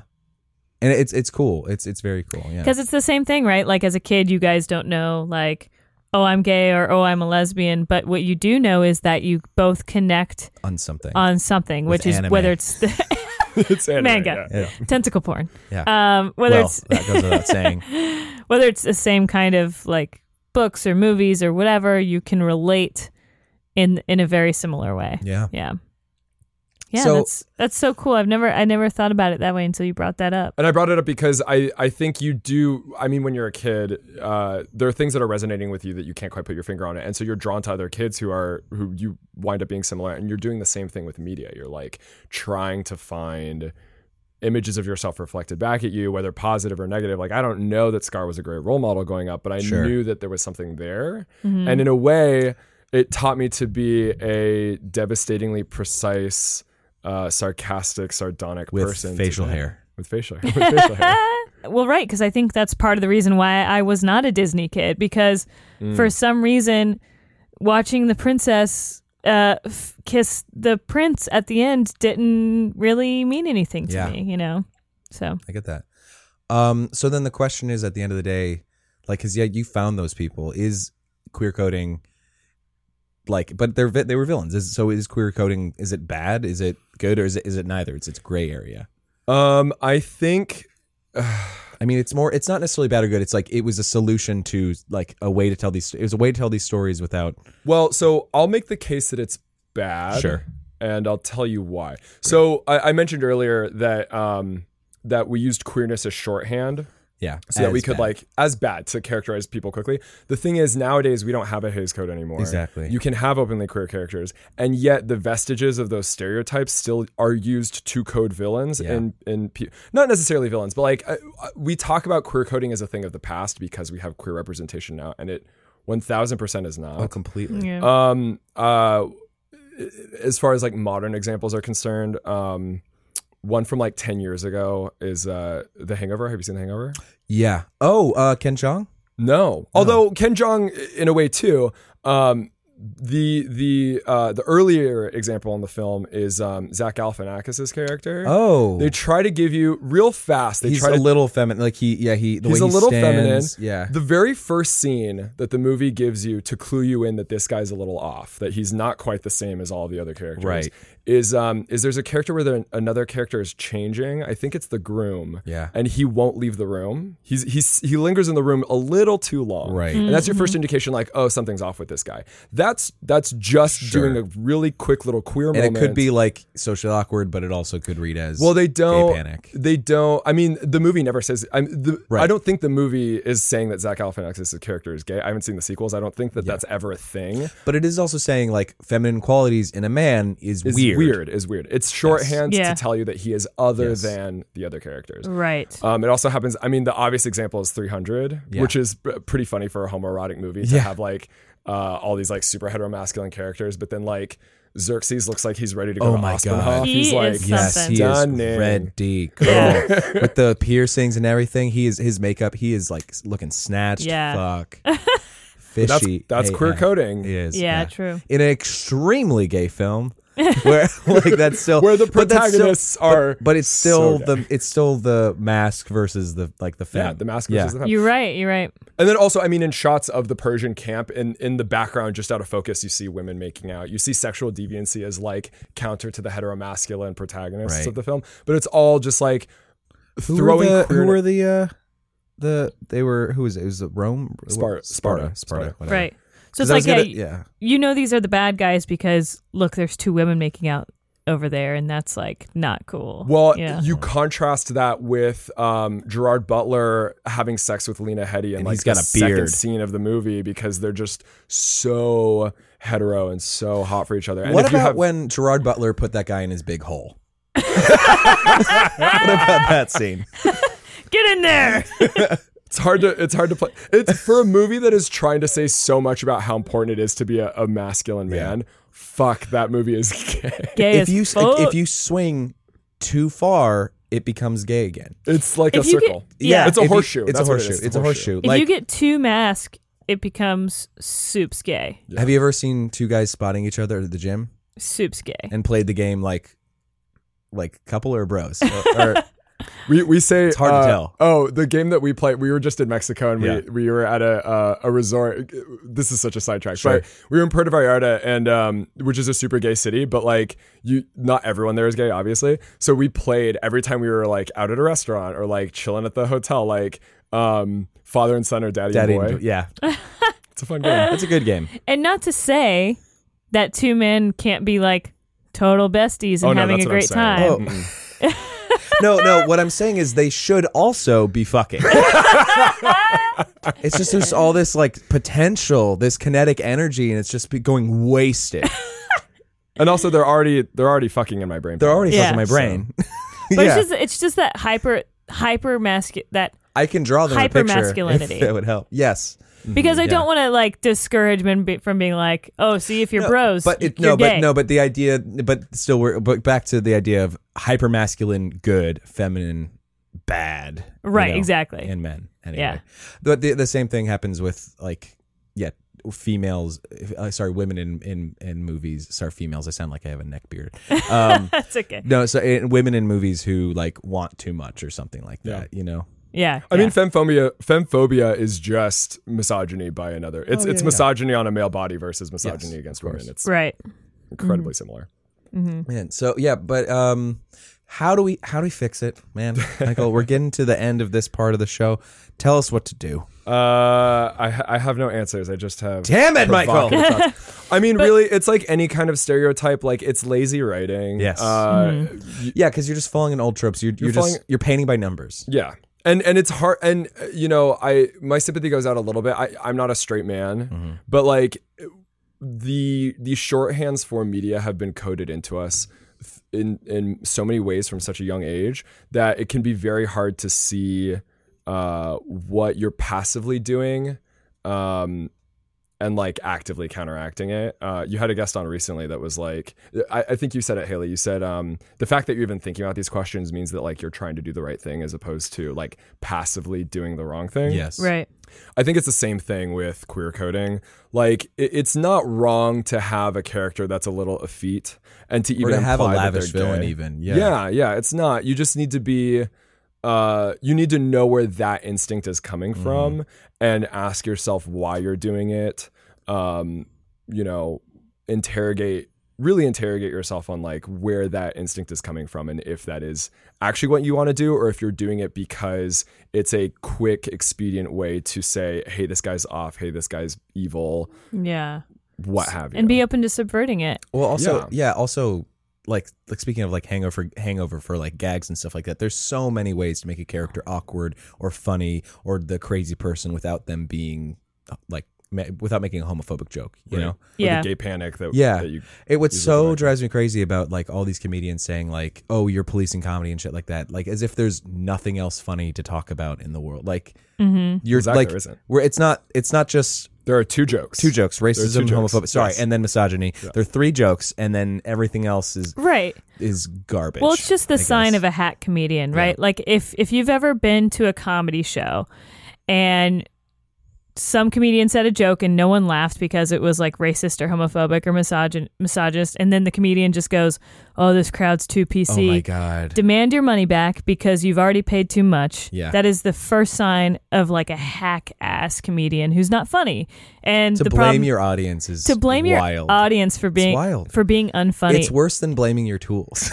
and it's it's cool. It's it's very cool. Yeah. Because it's the same thing, right? Like as a kid, you guys don't know, like, oh, I'm gay or oh, I'm a lesbian. But what you do know is that you both connect on something. on something, which is anime. whether it's the (laughs) it's anime, manga, yeah. tentacle porn, yeah. um, whether well, it's that goes without saying. (laughs) whether it's the same kind of like books or movies or whatever, you can relate in in a very similar way. Yeah. Yeah. Yeah, So- that's that's so cool. I've never I never thought about it that way until you brought that up. And I brought it up because I, I think you do. I mean, when you're a kid, uh, there are things that are resonating with you that you can't quite put your finger on it, and so you're drawn to other kids who are who you wind up being similar. And you're doing the same thing with media. You're like trying to find images of yourself reflected back at you, whether positive or negative. Like I don't know that Scar was a great role model going up, but I Sure. Mm-hmm. knew that there was something there, and in a way, it taught me to be a devastatingly precise. Uh, sarcastic, sardonic With person to facial them. hair. With facial hair. With facial hair. (laughs) Well, right, because I think that's part of the reason why I was not a Disney kid because Hmm. for some reason, watching the princess uh, f- kiss the prince at the end didn't really mean anything to Yeah. me, you know. So I get that. Um, so then the question is at the end of the day, like, cause yeah, you found those people. Is queer coding like, but they're vi- they were villains. Is, so is queer coding? Is it bad? Is it good? Or is it is it neither? It's it's gray area. Um, I think I mean, it's more. It's not necessarily bad or good. It's like it was a solution to like a way to tell these. It was a way to tell these stories without. well, so I'll make the case that it's bad. Sure. And I'll tell you why. So I, I mentioned earlier that um that we used queerness as shorthand Yeah. so that we as could bad. like as bad to characterize people quickly. The thing is nowadays we don't have a Hayes code anymore. Exactly. You can have openly queer characters, and yet the vestiges of those stereotypes still are used to code villains Yeah. and and pe- not necessarily villains, but like uh, uh, we talk about queer coding as a thing of the past because we have queer representation now, and it one thousand percent is not. oh completely. yeah. Um, uh, as far as like modern examples are concerned, um, one from like ten years ago is uh, The Hangover. Have you seen The Hangover? Yeah. Oh, uh, Ken Chong. No. Although Ken Jong, in a way, too, um, the the uh, the earlier example in the film is um, Zach Galifianakis' character. Oh, They try to give you real fast. They he's try a to little feminine. Like he, yeah, he. The He's way a he little stands, feminine. Yeah, The very first scene that the movie gives you to clue you in that this guy's a little off, that he's not quite the same as all the other characters, Right. is um is there's a character where there, another character is changing. I think it's the groom. Yeah. And he won't leave the room. He's he's he lingers in the room a little too long. Right. And that's your first indication, like, oh, something's off with this guy. That's that's just Sure. doing a really quick little queer and moment. it could be like socially awkward, but it also could read as Well, they don't. panic. They don't. I mean, the movie never says. I'm, the, I Right. don't think the movie is saying that Zach Galifianakis' character is gay. I haven't seen the sequels. I don't think that that's ever a thing. But it is also saying like feminine qualities in a man is It's weird. weird. Is weird. It's shorthand Yeah. to tell you that he is other Yes. than the other characters. Right. Uh, Um, it also happens. I mean, the obvious example is 300, Yeah. which is p- pretty funny for a homoerotic movie to Yeah. have like uh, all these like super heteromasculine characters, but then like Xerxes looks like he's ready to go Oh to my God. Aspenhof. He He's is like, something. Yes, he Stunning. is (laughs) ready. Girl. Yeah. With the piercings and everything, he is his makeup. He is like looking snatched. Yeah. (laughs) Fuck. that's Fishy. that's AF. queer coding. It is. Yeah, true. In an extremely gay (laughs) film, where like that's still Where the but that's still- protagonists but- are but it's still so the it's still the mask versus the like the femme. Yeah, the mask Yeah. versus the femme. You're right. You're right. And then also, I mean, in shots of the Persian camp, in in the background, just out of focus, you see women making out. You see sexual deviancy as like counter to the heteromasculine protagonists Right. of the film, but it's all just like who throwing Were the, queer- who were the uh, the they were who was it? It was the Rome Sparta. Sparta Sparta, Sparta. whatever. Right. So 'Cause it's I like, was yeah, gonna- y- yeah. you know, these are the bad guys because look, there's two women making out over there, and that's like not cool. Well, yeah. you contrast that with um, Gerard Butler having sex with Lena Headey, and, And like he's got the a beard. second scene of the movie because they're just so hetero and so hot for each other. And what if you about have, when Gerard Butler put that guy in his big hole? (laughs) what about that scene? Get in there. It's hard to it's hard to play. It's for a movie that is trying to say so much about how important it is to be a, a masculine man. Fuck that movie is (laughs) gay. (laughs) Gay If as you fuck. if you swing too far, it becomes gay again. It's like If a you get- circle. Yeah. it's a If you- horseshoe. It's That's a what it horseshoe. is. It's a horseshoe. If Like, you get two masks, it becomes soups gay. have you ever seen two guys spotting each other at the gym Soups gay. and played the game like, like couple or (laughs) bros? Or, or- We we say it's hard to tell. Oh, the game that we played. We were just in Mexico and Yeah. we we were at a uh, a resort. This is such a sidetrack, Sure. but we were in Puerto Vallarta, and um, which is a super gay city. But like you, not everyone there is gay, obviously. So we played every time we were like out at a restaurant or like chilling at the hotel, like um, father and son or daddy, daddy, and boy. and- (laughs) yeah, It's a fun game. it's a good game. And not to say that two men can't be like total besties and Oh, no, having that's a what I'm great saying. time. Oh. no, no. What I'm saying is they should also be fucking. it's just there's all this like potential, this kinetic energy, and it's just be going wasted. and also, they're already they're already fucking in my brain. They're already Yeah. fucking my brain. But yeah, it's just it's just that hyper hyper mascu that I can draw them a picture. if hypermasculinity. That would help. Yes, because I Mm-hmm. yeah. don't want to like discourage men be, from being like, oh, see if you're bros, but it, you're no, gay. but no, but the idea, but still, we're but back to the idea of hypermasculine, good, feminine, bad. you Right, know, exactly. And men, anyway. Yeah. But the the same thing happens with like, yeah, females. Uh, sorry, women in in in movies. Sorry, females. I sound like I have a neck (laughs) beard. Um, (laughs) that's okay. no, so uh, women in movies who like want too much or something like that. You know. Yeah, I yeah. mean, femphobia. Femphobia is just misogyny by another. It's it's misogyny on a male body versus misogyny Yes, against of course. women. It's Oh, right. Mm-hmm. incredibly similar. Man, so yeah, but um, how do we how do we fix it, man? Michael, we're getting to the end of this part of the show. Tell us what to do. Uh, I ha- I have no answers. I just have. Damn it, Michael. (laughs) provocative thoughts. I mean, really, it's like any kind of stereotype. Like it's lazy writing. Yes. Uh, Mm-hmm. Yeah, because you're just falling in old tropes. You're, you're, just falling- you're painting by numbers. Yeah. And and it's hard and uh, you know, I my sympathy goes out a little bit. I, I'm not a straight man, but like the the shorthands for media have been coded into us th- in in so many ways from such a young age that it can be very hard to see uh what you're passively doing um and like actively counteracting it. Uh, you had a guest on recently that was like, I, I think you said it, Haley. You said um, the fact that you're even thinking about these questions means that like you're trying to do the right thing as opposed to like passively doing the wrong thing. Yes. Right. I think it's the same thing with queer coding. Like, it, it's not wrong to have a character that's a little effete and to even or to have a imply that lavish they're villain, gay. even. Yeah. Yeah. yeah, It's not. You just need to be. Uh, you need to know where that instinct is coming from and ask yourself why you're doing it. Um, you know, interrogate, really interrogate yourself on like where that instinct is coming from and if that is actually what you want to do or if you're doing it because it's a quick, expedient way to say, hey, this guy's off. Hey, this guy's evil. Yeah. What have you. And be open to subverting it. Well, also, Yeah. yeah. also, like, like speaking of like hangover, hangover for like gags and stuff like that. There's so many ways to make a character awkward or funny or the crazy person without them being uh, like ma- without making a homophobic joke. You Right. know, Or the Yeah. gay panic that, Yeah. that you it what These are so the- drives me crazy about like all these comedians saying like, "Oh, you're policing comedy and shit like that," like as if there's nothing else funny to talk about in the world. Like Mm-hmm. you're Exactly, like, there isn't. where it's not, it's not just There are two jokes. two jokes racism two jokes. homophobia sorry Yes. and then misogyny there are three jokes and then everything else is Right. is garbage Well, it's just the sign of a hat comedian, right? Like if if you've ever been to a comedy show and some comedian said a joke and no one laughed because it was like racist or homophobic or misogyn- misogynist and then the comedian just goes, "Oh, this crowd's too oh PC." my god Demand your money back because you've already paid too much. Yeah. That is the first sign of like a hack ass comedian who's not funny. And to the blame problem your audience is to blame wild. your audience for being wild. for being unfunny it's worse than blaming your (laughs) tools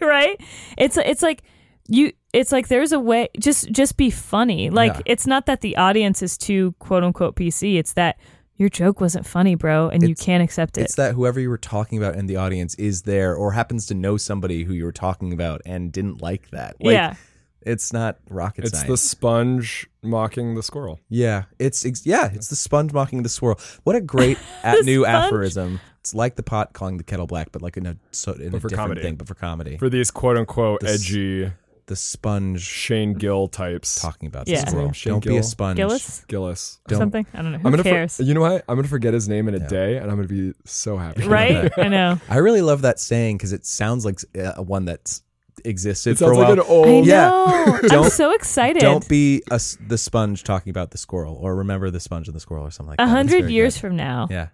right? It's it's like you it's like there's a way just just be funny. Like Yeah. it's not that the audience is too quote unquote PC, it's that your joke wasn't funny, bro, and you can't accept it. it's that whoever you were talking about in the audience is there or happens to know somebody who you were talking about and didn't like that like, yeah. it's not rocket It's science the sponge mocking the squirrel. yeah it's ex- yeah it's the sponge mocking the swirl what a (laughs) great at new sponge. aphorism it's like the pot calling the kettle black but like in a, so, in a for different comedy. thing but for comedy For these quote unquote s- edgy the sponge Shane Gill types. talking about Yeah. the squirrel. Shane Don't be Gill. a sponge. Gillis? Gillis. Don't- Something? I don't know. Who I'm gonna for- (laughs) cares? you know what? I'm gonna forget his name in a day and I'm gonna be so happy. (laughs) right? I know. I really love that saying because it sounds like uh, one that's existed (laughs) It for a sounds like while. I an old Oh, Yeah. (laughs) know. I'm Don't- so excited. Don't be a s the sponge talking about the squirrel, or remember the sponge and the squirrel, or something like that. a That's hundred very years good. from now, Yeah,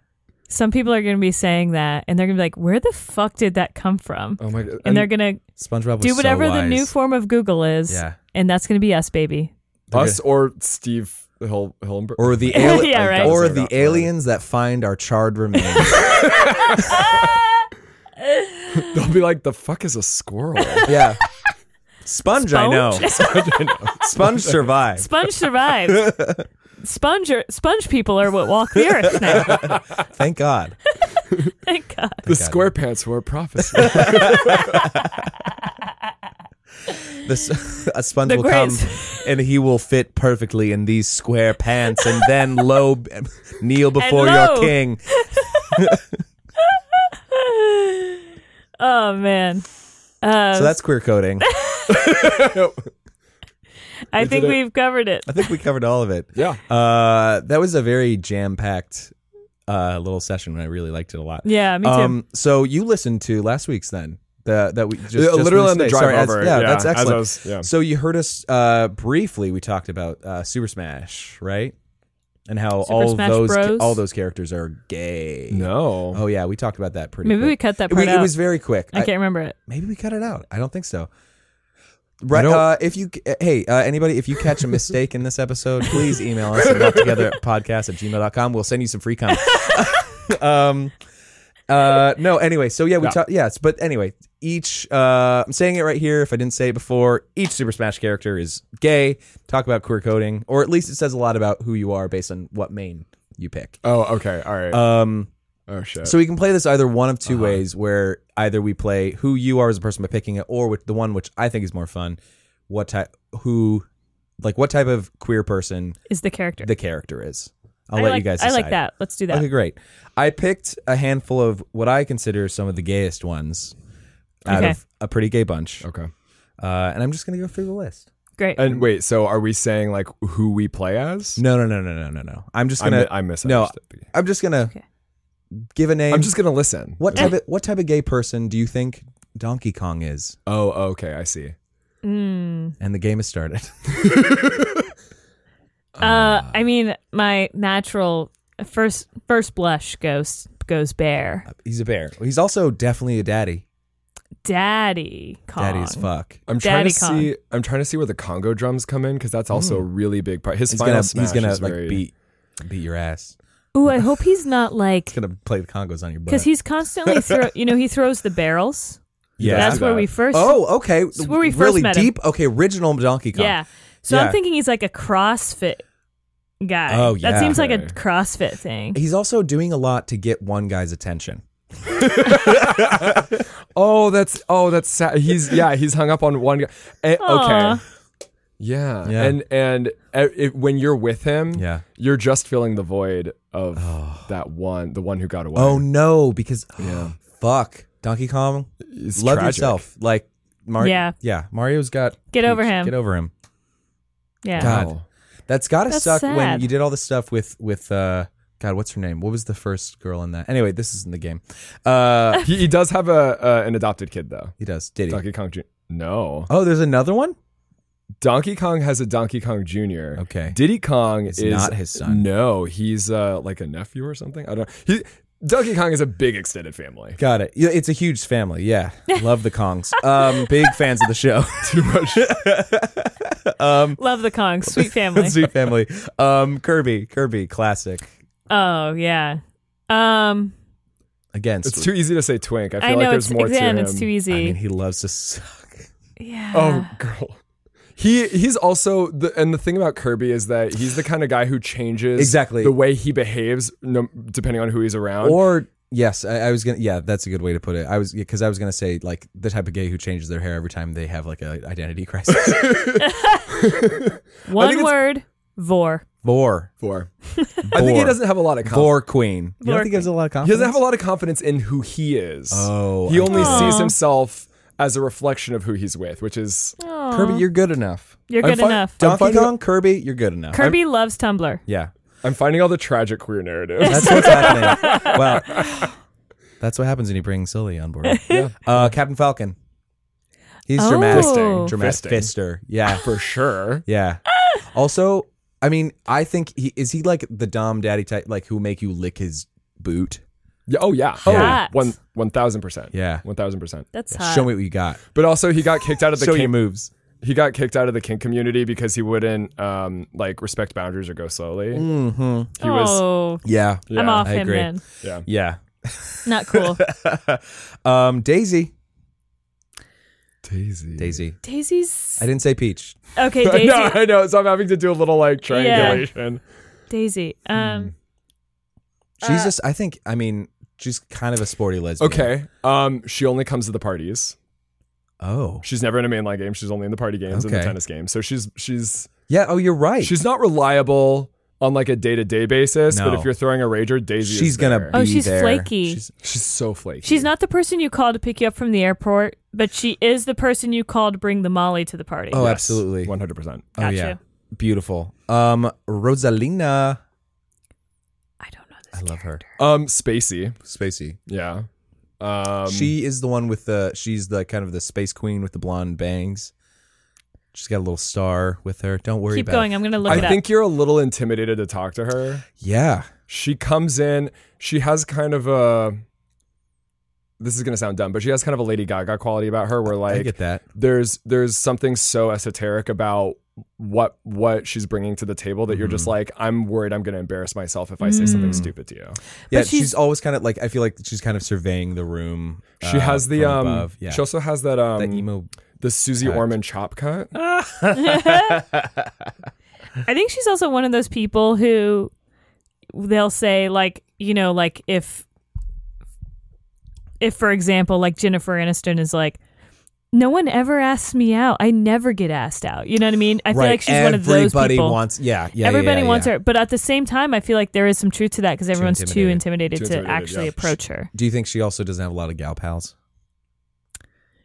some people are going to be saying that, and they're going to be like, "Where the fuck did that come from?" Oh my god. and they're going to SpongeBob was do whatever so the new wise. form of Google is, Yeah. and that's going to be us, baby. us or Steve Hill Hillenberg. Or (laughs) the Yeah, ali- right. or That's the not right. aliens that find our charred remains. (laughs) they'll be like, the fuck is a squirrel? (laughs) yeah, (laughs) sponge, I know. Sponge survived. (laughs) (laughs) Sponge survived. Sponge, are, sponge people are what walk the earth (laughs) now. (laughs) Thank God. Thank God. (laughs) the square pants were a prophecy. (laughs) This a sponge The will greatest- come and he will fit perfectly in these square pants, and then low b- kneel before lo. your king. Oh man. Uh, So that's queer coding. I think it. we've covered it. I think we covered all of it. yeah. Uh, that was a very jam-packed uh, little session. and I really liked it a lot. Yeah, me too. Um, so you listened to last week's then the, that we just, Yeah, just literally released on the today. drive Sorry, that's- over. yeah, Yeah, that's as I excellent. was- yeah. So you heard us uh, briefly. We talked about uh, Super Smash, right? And how Super all Smash those Bros. all those characters are gay. No. Oh yeah, we talked about that pretty. Maybe quick. we cut that It, part we- out. it was very quick. I can't remember it. Maybe we cut it out. I don't think so. Right. don't- Uh, if you uh, hey uh, anybody, if you catch a mistake in this episode, please email us at together podcast at gmail.com. We'll send you some free comments. (laughs) um, uh, no. Anyway, so yeah, we Yeah. talked. Yes, but anyway, each uh, I'm saying it right here. If I didn't say it before, each Super Smash character is gay. Talk about queer coding, or at least it says a lot about who you are based on what main you pick. Oh, okay. All right. Um, oh shit. so we can play this either one of 2 Uh-huh. ways, where either we play who you are as a person by picking it, or with the one which I think is more fun, what type, who, like what type of queer person Is the character? the character is. I'll I let like, you guys. I Decide. like that. Let's do that. Okay, great. I picked a handful of what I consider some of the gayest ones out Okay. of a pretty gay bunch, uh, okay. and I'm just gonna go through the list. Great. And wait, so are we saying like who we play as? No, no, no, no, no, no, no. I'm just I, gonna. mi- I no, misunderstood. I'm just gonna Okay. give a name. I'm just gonna listen. (laughs) what type of what type of gay person do you think Donkey Kong is? Oh, okay, I see. Mm. (laughs) And the game has started. Uh, I mean, my natural first first blush goes goes bare. Uh, He's a bear. He's also definitely a daddy. Daddy Kong. Daddy as fuck. I'm trying Daddy to Kong. see. I'm trying to see where the Congo drums come in because that's also a really big part. His Hmm. He's final gonna smash he's gonna is like very, beat beat your ass. Ooh, I hope he's not like He's gonna play the congos on your butt. because he's (laughs) constantly throw. You know, he throws the barrels. yeah. That's where that. we first. oh, okay. That's where we first really met him. deep. Okay, original Donkey Kong. yeah. So Yeah. I'm thinking he's like a CrossFit guy. Oh, yeah. That seems like a Okay. CrossFit thing. He's also doing a lot to get one guy's attention. Oh, that's oh, that's sad. he's yeah, he's hung up on one guy. Eh, Aw. okay, yeah. Yeah. and and eh, it, when you're with him, Yeah. you're just filling the void of that one, the one who got away. Oh no, (gasps) because fuck Donkey Kong. love tragic. yourself, like Mario. Yeah. yeah. Mario's got Get over him. Get over him. Yeah. God. That's gotta That's suck when sad. you did all the stuff with with uh God, what's her name? What was the first girl in that? Anyway, this isn't the game. Uh he, he does have a uh, an adopted kid though. he does. Did he? Donkey Kong Jr. No, Oh, there's another one? Donkey Kong has a Donkey Kong Jr. Okay. Diddy Kong It's is not his son. No, he's uh, like a nephew or something. I don't. He, Donkey Kong is a big extended family. Got it. Yeah, It's a huge family. (laughs) Yeah. Love the Kongs. Um big fans of the show. Too much. (laughs) Love the Kong. Sweet family. Sweet family. Um Kirby, Kirby classic. oh yeah. Um, Again, It's sweet- too easy to say twink. I feel I know like there's it's more to again, him. it's too easy. I mean, he loves to suck. yeah. Oh, girl. He he's also the and the thing about Kirby is that he's the kind of guy who changes Exactly. the way he behaves no, depending on who he's around. Or yes, I, I was gonna. Yeah, that's a good way to put it. I was because I was gonna say like the type of gay who changes their hair every time they have like a identity crisis. One word. Vor. Vor, (laughs) Four. I think he Vor. doesn't have a lot of confidence. vor queen. You don't Vor think he has a lot of He confidence? doesn't have a lot of confidence in who he is. Oh, he I only see. sees Aw. himself as a reflection of who he's with, which is Aw. Kirby, you're good enough. You're I'm good fine- enough. I'm Donkey finding- Kong, Kirby, you're good enough. Kirby loves Tumblr. (laughs) yeah, I'm finding all the tragic queer narratives. that's what's happening. Well, (laughs) that's what happens when you bring Sully on (laughs) board. Yeah. Uh, Captain Falcon. He's Oh. dramatic. Fisting. Dramatic. Fisting. Fister. (laughs) Yeah. for sure. Yeah. also, I mean, I think he is he like the dom daddy type, like who make you lick his boot. Yeah, oh yeah. Hot. Oh, one one thousand percent. Yeah. One thousand percent. That's hot. Show me what you got. But also he got kicked out of the kink- moves. he got kicked out of the kink community because he wouldn't um like respect boundaries or go slowly. hmm He was oh, Yeah. yeah, I'm off I him agree. then. Yeah. Yeah. (laughs) Not (laughs) cool. um, Daisy. Daisy. Daisy. Daisy's I didn't say peach. okay. (laughs) I Daisy. know, I know. So I'm having to do a little like triangulation. Daisy. Hmm. Um, Uh, She's just. I think. I mean, she's kind of a sporty lesbian. Okay. Um, she only comes to the parties. Oh. She's never in a mainline game. She's only in the party games and the Okay. tennis games. So she's she's Yeah. Oh, you're right. she's not reliable on like a day to day basis. But No. if you're throwing a rager, Daisy is she's gonna. there. Be Oh, she's there. flaky. She's- she's so flaky. she's not the person you call to pick you up from the airport, but she is the person you call to bring the Molly to the party. oh, absolutely. one hundred percent. Oh, Gotcha. yeah. Beautiful. Um, Rosalina. I don't know I this. love her. Um, Spacey. Spacey. Yeah. Um, she is the one with the. She's the kind of the space queen with the blonde bangs. She's got a little star with her. Don't worry Keep about going. it. I'm gonna look I it up. think you're a little intimidated to talk to her. Yeah. she comes in she has kind of a this is going to sound dumb but she has kind of a lady gaga quality about her where I like get that. there's there's something so esoteric about what what she's bringing to the table that you're Mm-hmm. just like i'm worried i'm going to embarrass myself if i say Mm. something stupid to you Yeah, But she's, she's- always kind of like I feel like she's kind of surveying the room. she uh, has the from um above. yeah, she also has that um the emo. the susie cut. orman chop cut I think she's also one of those people who they'll say like, you know, like if if for example, like Jennifer Aniston is like no one ever asks me out. I never get asked out. You know what I mean? I feel like she's one of those people. Everybody wants. Yeah, yeah. Everybody yeah, yeah, wants yeah. her, but at the same time, I feel like there is some truth to that because everyone's too intimidated, Too to intimidated, actually yeah. approach her. Do you think she also doesn't have a lot of gal pals?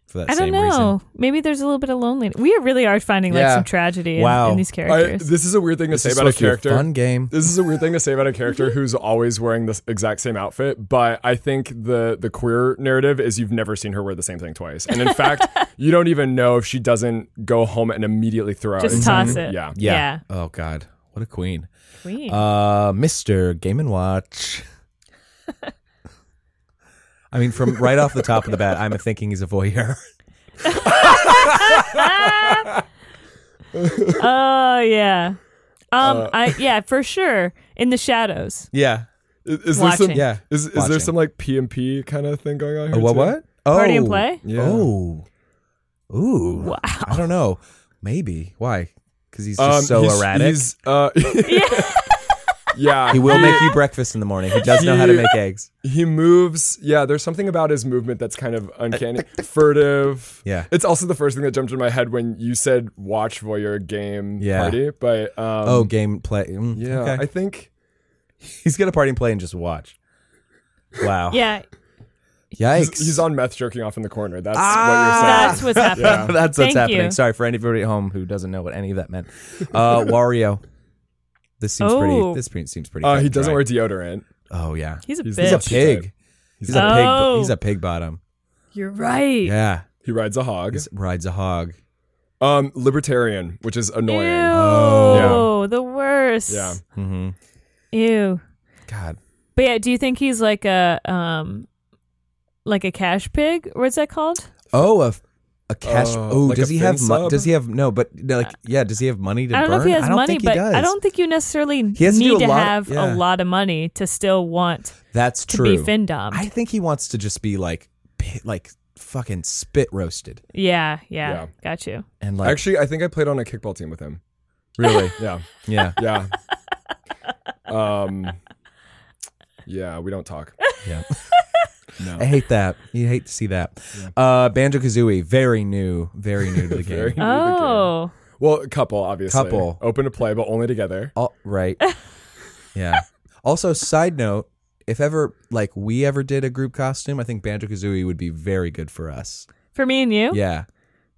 For that I don't same know. reason. Maybe there's a little bit of loneliness. We really are finding like Yeah. some tragedy in, Wow. in these I, characters. this is a weird thing to This say is about a supposed to be character fun game. This is a weird thing to say about a character Mm-hmm. who's always wearing this exact same outfit, but I think the the queer narrative is you've never seen her wear the same thing twice. And (laughs) in fact, you don't even know if she doesn't go home and immediately throw out Just and- toss it. Yeah. Yeah. Yeah. Oh God. What a queen. Queen. Uh, Mr. Game and Watch. (laughs) I mean, from right off the top of the bat, I'm thinking he's a voyeur. oh yeah. Um. Uh. I yeah for sure in the shadows. yeah. Is, is there Watching. some (laughs) Yeah. is, is Watching. there some like PMP kind of thing going on A here? what? too? What? Oh, Party and play? Yeah. Oh, ooh. Wow. I don't know. Maybe. Why? Because he's just Um, so he's- erratic. He's, uh, (laughs) yeah. he will make (laughs) you breakfast in the morning. He does know how to He- make eggs. He moves. Yeah, there's something about his movement that's kind of uncanny, furtive. Yeah. It's also the first thing that jumped in my head when you said watch voyeur game Yeah. party. But um, Oh, game play. Mm, yeah, okay. I think he's gonna party and play and just watch. Wow. Yeah. Yikes. (laughs) he's, he's on meth jerking off in the corner. That's Ah! That's what's happening. (laughs) Yeah. That's what's Thank happening. you. Sorry for anybody at home who doesn't know what any of that meant. (laughs) Uh, Wario. This seems pretty. Oh. This pre- seems pretty. what you're saying. Uh, cut he and doesn't dry. wear deodorant. Oh yeah. He's a He's- bitch. He's a pig. He's a pig. bo- Oh. He's a pig bottom. You're right. Yeah. He rides a hog. He rides a hog. Um, libertarian, which is annoying. Ew. Oh. The worst. Yeah. Mm-hmm. Ew. God. But yeah, do you think he's like a um like a cash pig? What's that called? Oh, a, f- a cash. Uh, oh, like does a he have? fin Mo- sub? does he have? No, but no, like, yeah. Does he have money to I don't burn? know if he has I don't money, think he but does. I don't think you necessarily need He has to do a to lot- have yeah. a lot of money to still want That's to true. be findom. I think he wants to just be like, pi- like fucking spit roasted yeah, yeah, Yeah. Got you. and like Actually, I think I played on a kickball team with him. (laughs) really, Yeah. yeah, Yeah. um. Yeah, we (laughs) don't talk. yeah. No. I hate that. You hate to see that. Uh, Banjo Kazooie, very new, very new (laughs) to the game. Very- Oh. Well, a couple, obviously. Couple. Open to play, but only together. All right. Yeah. Also, side note: if ever like we ever did a group costume, I think Banjo Kazooie would be very good for us. For me and you? Yeah,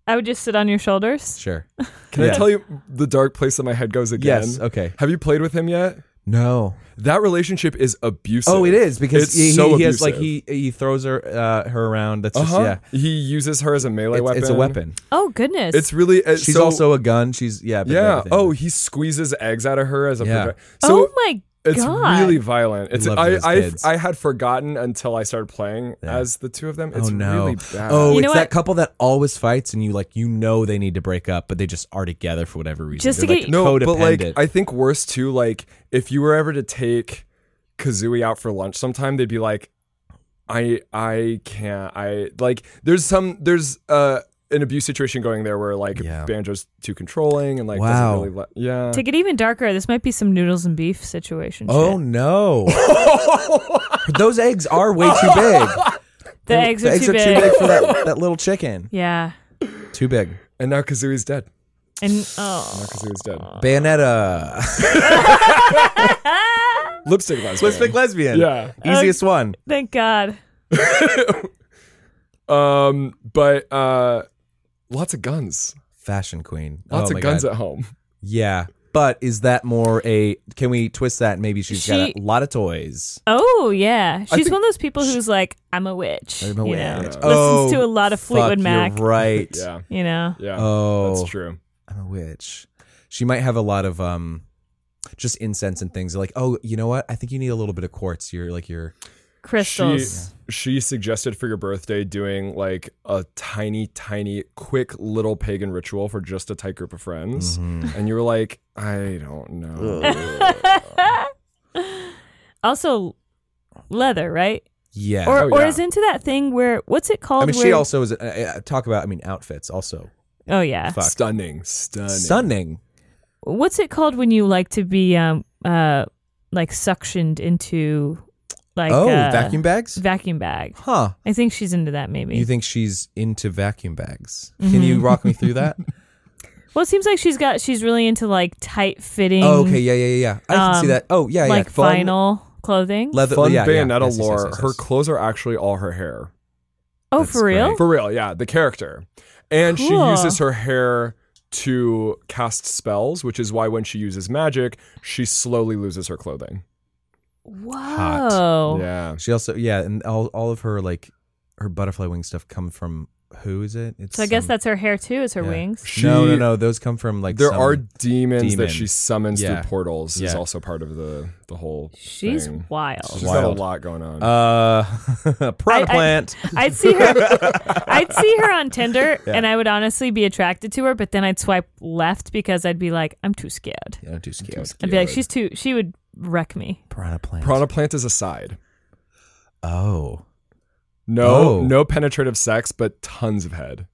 I would just sit on your shoulders. sure. Can Yeah. I tell you the dark place that my head goes again? Yes. Okay. Have you played with him yet? No. That relationship is abusive. Oh, it is because It's he, he- so he has like abusive. he he throws her uh, her around. That's just Uh-huh. yeah. He uses her as a melee It's, weapon. it's a weapon. Oh goodness. It's really. uh, She's so- also a gun. She's yeah. but Yeah. everything. Oh, he squeezes eggs out of her as a. Yeah. protect- So oh my it's god. really violent. It's Love I those I, kids. I had forgotten until I started playing Yeah. as the two of them. Oh It's no! really bad. Oh, You it's know that what? couple that always fights, and you like you know they need to break up, but they just are together for whatever reason. Just to They're, get- like, no, but codependent. like I think worse too. Like if you were ever to take Kazooie out for lunch, sometime they'd be like, "I I can't. I like." There's some there's uh an abuse situation going there where like Yeah. Banjo's too controlling and like Wow. doesn't really let yeah. to get even darker, this might be some noodles and beef situation. oh shit. (laughs) no! Those eggs are way too big. the eggs are, eggs too, are big. too big for that, that little chicken. yeah, Too big. and now Kazooie's dead. and (sighs) oh, Kazooie's dead. (laughs) Bayonetta. Lipstick lesbian. Lipstick lesbian. Yeah. Easiest one. thank God. Um, but uh, lots of guns. Fashion queen. Lots oh, of my guns God. at home. Yeah. But is that more a can we twist that? Maybe she's got She- a lot of toys. Oh yeah, she's think- one of those people who's like, I'm a witch. I'm a you witch. know? Listens Oh, to a lot of Fuck, Fleetwood Mac. You're right. Yeah. You know, Yeah. Oh. That's true. I'm a witch. She might have a lot of um just incense and things like, oh, you know what? I think you need a little bit of quartz. You're like you're crystals. She, she suggested for your birthday doing like a tiny, tiny, quick little pagan ritual for just a tight group of friends. Mm-hmm. And you were like, I don't know. Also, leather, right? yeah. Or Oh, or yeah. is into that thing where what's it called? I mean, where, she also is. Uh, uh, talk about. I mean, outfits also Oh yeah. Fuck. Stunning. Stunning. stunning. What's it called when you like to be um uh like suctioned into like oh, uh, vacuum bags. vacuum bag? huh. I think she's into that maybe. You think she's into vacuum bags? Mm-hmm. Can you rock me through (laughs) that? well, it seems like she's got she's really into like tight fitting, oh, okay. Yeah, yeah, yeah. yeah. I can see Um, that. Oh, yeah, like yeah. Fun, vinyl clothing. leather. Fun yeah, yeah. Bayonetta Yes, yes, yes, lore. yes, Her yes. clothes are actually all her hair. oh, that's for real? great. For real, yeah, the character. And she Cool. uses her hair to cast spells, which is why when she uses magic, she slowly loses her clothing. Whoa. Yeah. Oh. She also, yeah, and all, all of her like her butterfly wing stuff come from who is it? It's So I guess some- that's her hair too, is her yeah. wings. She- no, no, no. Those come from like there some- are demons demon. that she summons Yeah. through portals. Is Yeah. also part of the the whole. She's thing. wild. (laughs) She's got a Wild. lot going on. uh (laughs) prana I- I- (laughs) plant. I'd (laughs) see her I'd see her on Tinder and I would honestly be attracted to her, but then I'd swipe left because I'd be like, I'm too scared. yeah, too scared. I'd be like, she's too she would wreck me. Prana plant. Prana plant is aside. Oh. No, Oh. no penetrative sex, but tons of head.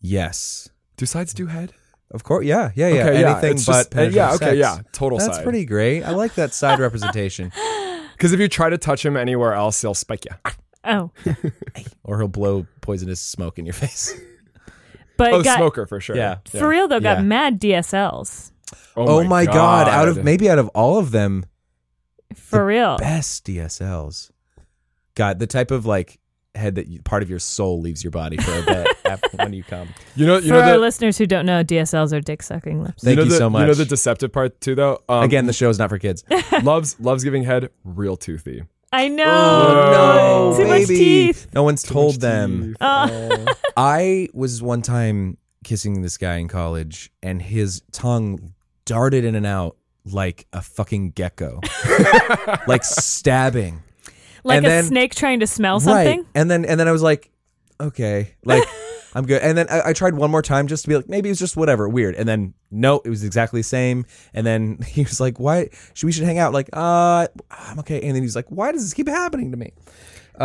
Yes. Do sides do head? Of course. Yeah. Yeah. Yeah. Okay, yeah, Anything it's but just- uh, penetrative yeah, okay, sex. yeah, total That's side. pretty great. I like that (laughs) side representation. Because if you try to touch him anywhere else, he'll spike you. Oh. Or he'll blow poisonous smoke in your face. But Oh, got smoker for sure. Yeah. for real though, got Yeah. mad DSLs. Oh, my god. Out of maybe out of all of them, For real. best DSLs. God, the type of like head that you, part of your soul leaves your body for a (laughs) bit after, when you come. you know you For our know the, listeners who don't know, DSLs are dick sucking lips. Thank know you the- so much. You know the deceptive part too though. Um, Again, the show is not for kids. (laughs) loves loves giving head real toothy. I know. Oh, Too much teeth. Uh, No Oh. one's told Much them. Oh, teeth. I was one time kissing this guy in college, and his tongue darted in and out like a fucking (laughs) gecko, like stabbing. Like And a then- snake trying to smell something. Right. And then and then I was like, okay, (laughs) like I'm good. And then I, I tried one more time just to be like, maybe it's just whatever, weird. And then no, it was exactly the same. And then (laughs) he was like, why? Should we should hang out? Like, uh, I'm okay. And then he's like, why does this keep happening to me? Uh,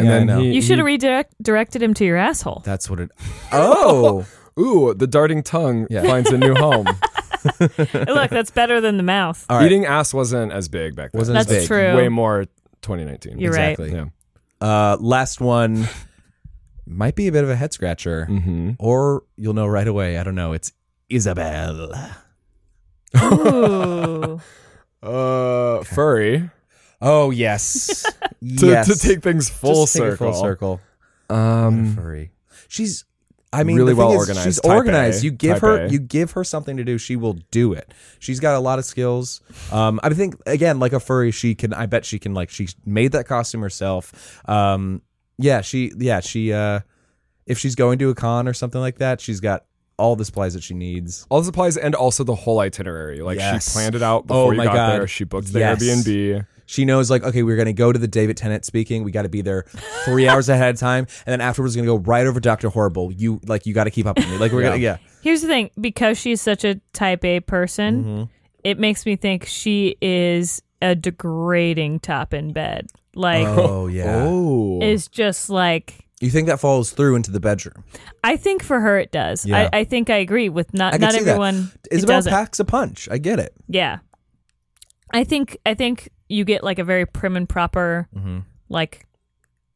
and And then then he- (laughs) You should have redirect directed him to your asshole. that's (laughs) what it. Oh, Ooh, the darting tongue Yeah. finds a new home. Look, that's better than the mouth. (laughs) All right. Eating ass wasn't as big back then. Wasn't as That's big. true. Way more 2019. You're right. exactly. Yeah. Uh, last one might be a bit of a head scratcher, Mhm. or you'll know right away. I don't know. It's Isabel. Ooh. Uh, furry. Oh (laughs) yes, To, yes. to take things full Just take circle. it full circle. Um, Furry. She's. I mean, Really the thing well is, organized. She's Type organized. A. You give Type her, A. you give her something to do. She will do it. She's got a lot of skills. Um, I think again, like a furry, she can. I bet she can. Like she made that costume herself. Um, yeah, she. Yeah, she. Uh, if she's going to a con or something like that, she's got all the supplies that she needs. all the supplies and also the whole itinerary. Like Yes. she planned it out Oh before you my got God. there. She booked the Yes. Airbnb. She knows, like, okay, we're gonna go to the David Tennant speaking. We got to be there three hours ahead of time, and then afterwards, we're gonna go right over Doctor Horrible. You like, you got to keep up with me. Like, we're gonna, yeah, Here's the thing because she's such a type A person, Mm-hmm. it makes me think she is a degrading top in bed. Like, oh yeah. Oh. is just like. You think that falls through into the bedroom? I think for her it does. Yeah. I, I think I agree with not I can not see everyone. that. it Isabel doesn't. packs a punch. I get it. Yeah. I think I think you get like a very prim and proper Mm-hmm. like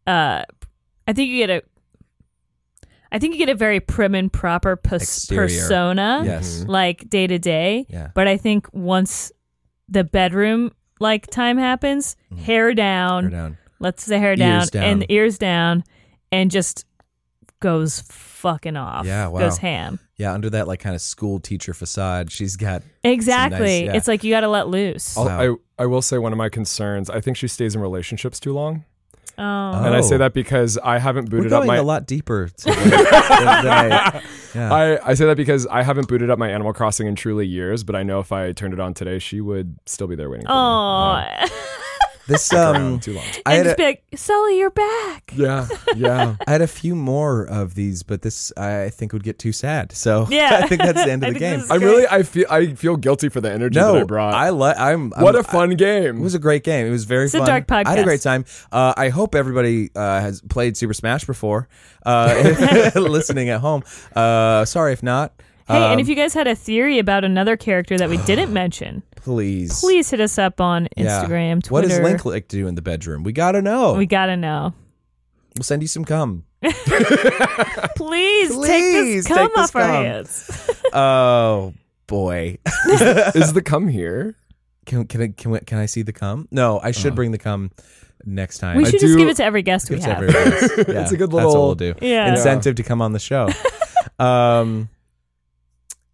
uh I think you get a I think you get a very prim and proper pers- Exterior. persona Yes. like day to day. Yeah. But I think once the bedroom like time happens, hair down, Her Mm. down. let's say hair down, Ears and down. ears down and just goes fucking off. Yeah, wow. Goes ham. Yeah, under that like kind of school teacher facade, she's got Exactly. yeah. It's like you got to let loose. I'll- Wow. I, I will say one of my concerns. I think she stays in relationships too long. oh. Uh, And I Oh. say that because I haven't we're booted up going my a lot deeper. To than, than I, yeah. I, I say that because I haven't booted up my Animal Crossing in truly years, but I know if I turned it on today, she would still be there waiting for Oh, (laughs) me. this Yeah. Around um, too long. I and had just a, be like, Sully, you're back. Yeah, yeah. I had a few more of these, but this I think would get too sad. So (laughs) Yeah. I think that's the end I of the think game. this is I Okay. really, I feel, I feel guilty for the energy no, that I brought. I li- I'm, I'm what a fun game! It was a great game. It was very It's a fun. dark podcast. I had a great time. Uh, I hope everybody uh, has played Super Smash before, (laughs) uh, (laughs) listening at home. Uh, sorry if not. Hey, Um, and if you guys had a theory about another character (sighs) that we didn't mention, please, please hit us up on Yeah. Instagram, Twitter. What does Link like to do in the bedroom? We gotta know. We (laughs) gotta know. we'll send you some cum. Please, Please take this take cum this off our cum. hands. oh boy, (laughs) Is the come here? can can I, can, we, can I see the cum? No, I should bring the cum next time. We I should do- just give it to every guest we give it to have. everybody else. Yeah, It's a good That's what little- we'll do. (laughs) yeah. incentive to come on the show. um,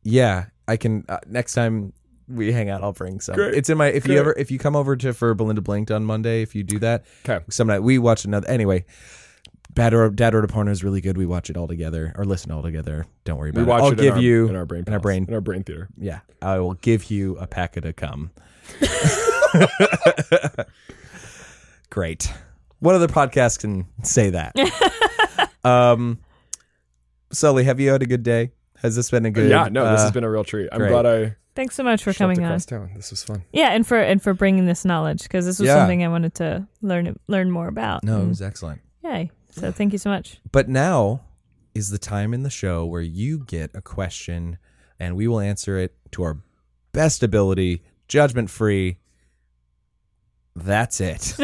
yeah, I can. Uh, next time we hang out, I'll bring some. Great. It's in my. If Great. you ever, if you come over to for Belinda Blinked on Monday, if you do that, Okay. some night we watch another. Anyway, Bad or Dad or Porno is really good. We watch it all together or listen all together. Don't worry about We it. watch I'll it in give our, you in our brain in our palace, brain. in our brain theater. yeah. I will give you a packet of (laughs) cum. Great. What other podcast can say (laughs) that? um, Sully, have you had a good day? Has this been a good? Yeah, no, this uh, has been a real treat. I'm great. glad I Thanks so much for shoved coming on. across town. This was fun. Yeah, and for and for bringing this knowledge because this was Yeah. something I wanted to learn learn more about. No, it Mm-hmm. And was excellent. yay! So thank you so much. But now is the time in the show where you get a question and we will answer it to our best ability, judgment free. That's (laughs) it.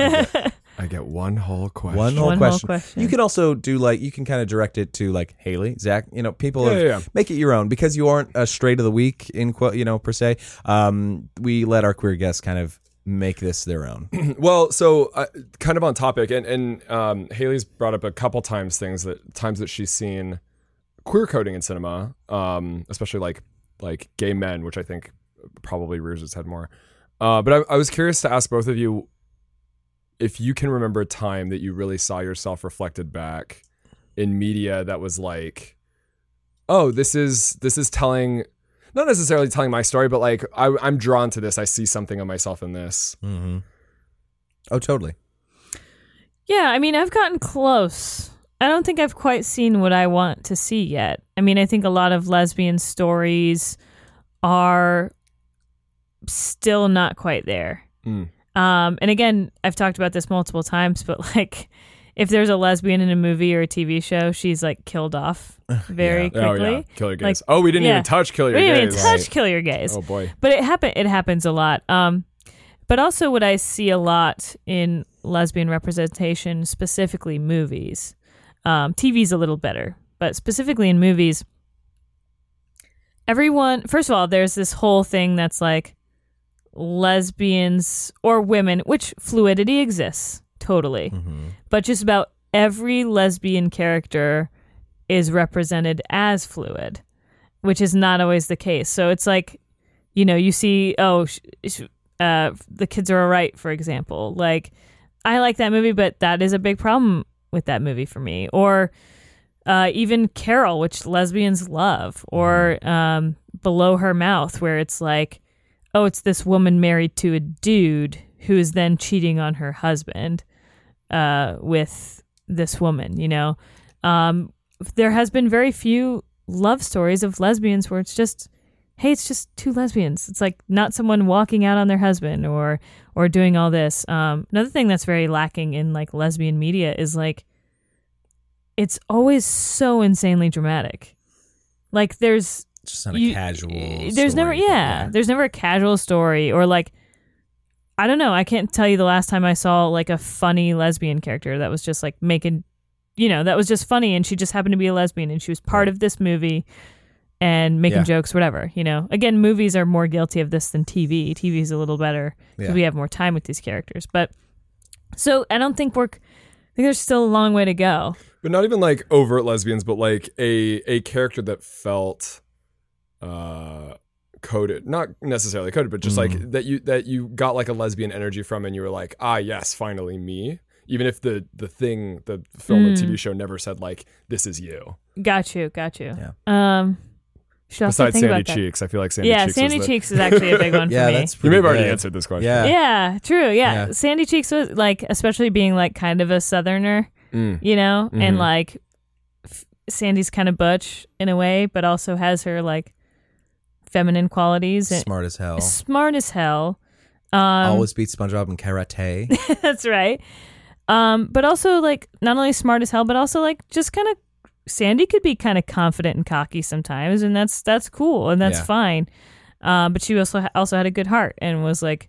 I get one whole question. One whole, One whole question. question. You can also do like you can kind of direct it to like Haley, Zach. You know, people Yeah, have- yeah, yeah. make it your own because you aren't a straight of the week in quote. You know, per se. Um, we let our queer guests kind of make this their (laughs) own. (clears throat) Well, so uh, kind of on topic, and and um, Haley's brought up a couple times things that times that she's seen queer coding in cinema, um, especially like like gay men, which I think probably rears its head more. Uh, but I, I was curious to ask both of you if you can remember a time that you really saw yourself reflected back in media that was like, oh, this is this is telling. Not necessarily telling my story, but like I, I'm drawn to this. I see something of myself in this. mm-hmm. Oh, totally. Yeah, I mean, I've gotten close. I don't think I've quite seen what I want to see yet. I mean, I think a lot of lesbian stories are still not quite there. Mm. Um, and again, I've talked about this multiple times, but (laughs) like, if there's a lesbian in a movie or a TV show, she's like killed (laughs) off very quickly. Oh yeah, kill your gays. Like, oh, we didn't yeah. even touch kill We your didn't even gays. touch kill your gays. Oh boy. but it happen it happens a lot. Um, but also what I see a lot in lesbian representation, specifically movies, um, TV's a little better, but specifically in movies, everyone. First of all, there's this whole thing that's like lesbians or women, which fluidity exists totally, but just about every lesbian character is represented as fluid, which is not always the case. So it's like you know, you see, oh, sh- sh- uh, the kids are all right, for example. Like, I like that movie, but that is a big problem with that movie for me. Or uh, even Carol, which lesbians love, or um, Below Her Mouth, where it's like, oh, it's this woman married to a dude who is then cheating on her husband uh, with this woman, you know? Um, there has been very few love stories of lesbians where it's just hey it's just two lesbians it's like not someone walking out on their husband or or doing all this um, another thing that's very lacking in like lesbian media is like it's always so insanely dramatic like there's Just not you- a casual. there's never story, but yeah, there's never a casual story or like i don't know i can't tell you the last time i saw like a funny lesbian character that was just like making you know that was just funny and she just happened to be a lesbian and she was part of this movie and making Yeah. jokes whatever you know again movies are more guilty of this than tv tv is a little better because Yeah. we have more time with these characters but so i don't think we're i think there's still a long way to go But not even like overt lesbians, but like a a character that felt uh coded. Not necessarily coded, but just like that you that you got like a lesbian energy from and you were like, ah yes, finally me. Even if the the thing, the film or Mm. TV show never said like, this is you. got you got you Yeah. um should also Besides think Sandy about that. Cheeks. I feel like Sandy yeah, Cheeks. Sandy was the- Cheeks is actually (laughs) a big one Yeah, for me. that's You pretty may have already good. answered this question. Yeah. Yeah, true. Yeah. Yeah. Sandy Cheeks was like, especially being like kind of a southerner, Mm. you know, and Mhm. like f- Sandy's kind of butch in a way, but also has her like feminine qualities and Smart as hell. smart as hell. Um, Always beat SpongeBob in (laughs) karate. that's right. Um, but also like not only smart as hell, but also like just kind of Sandy could be kind of confident and cocky sometimes, and that's that's cool and that's Yeah. fine. Um, but she also also had a good heart and was like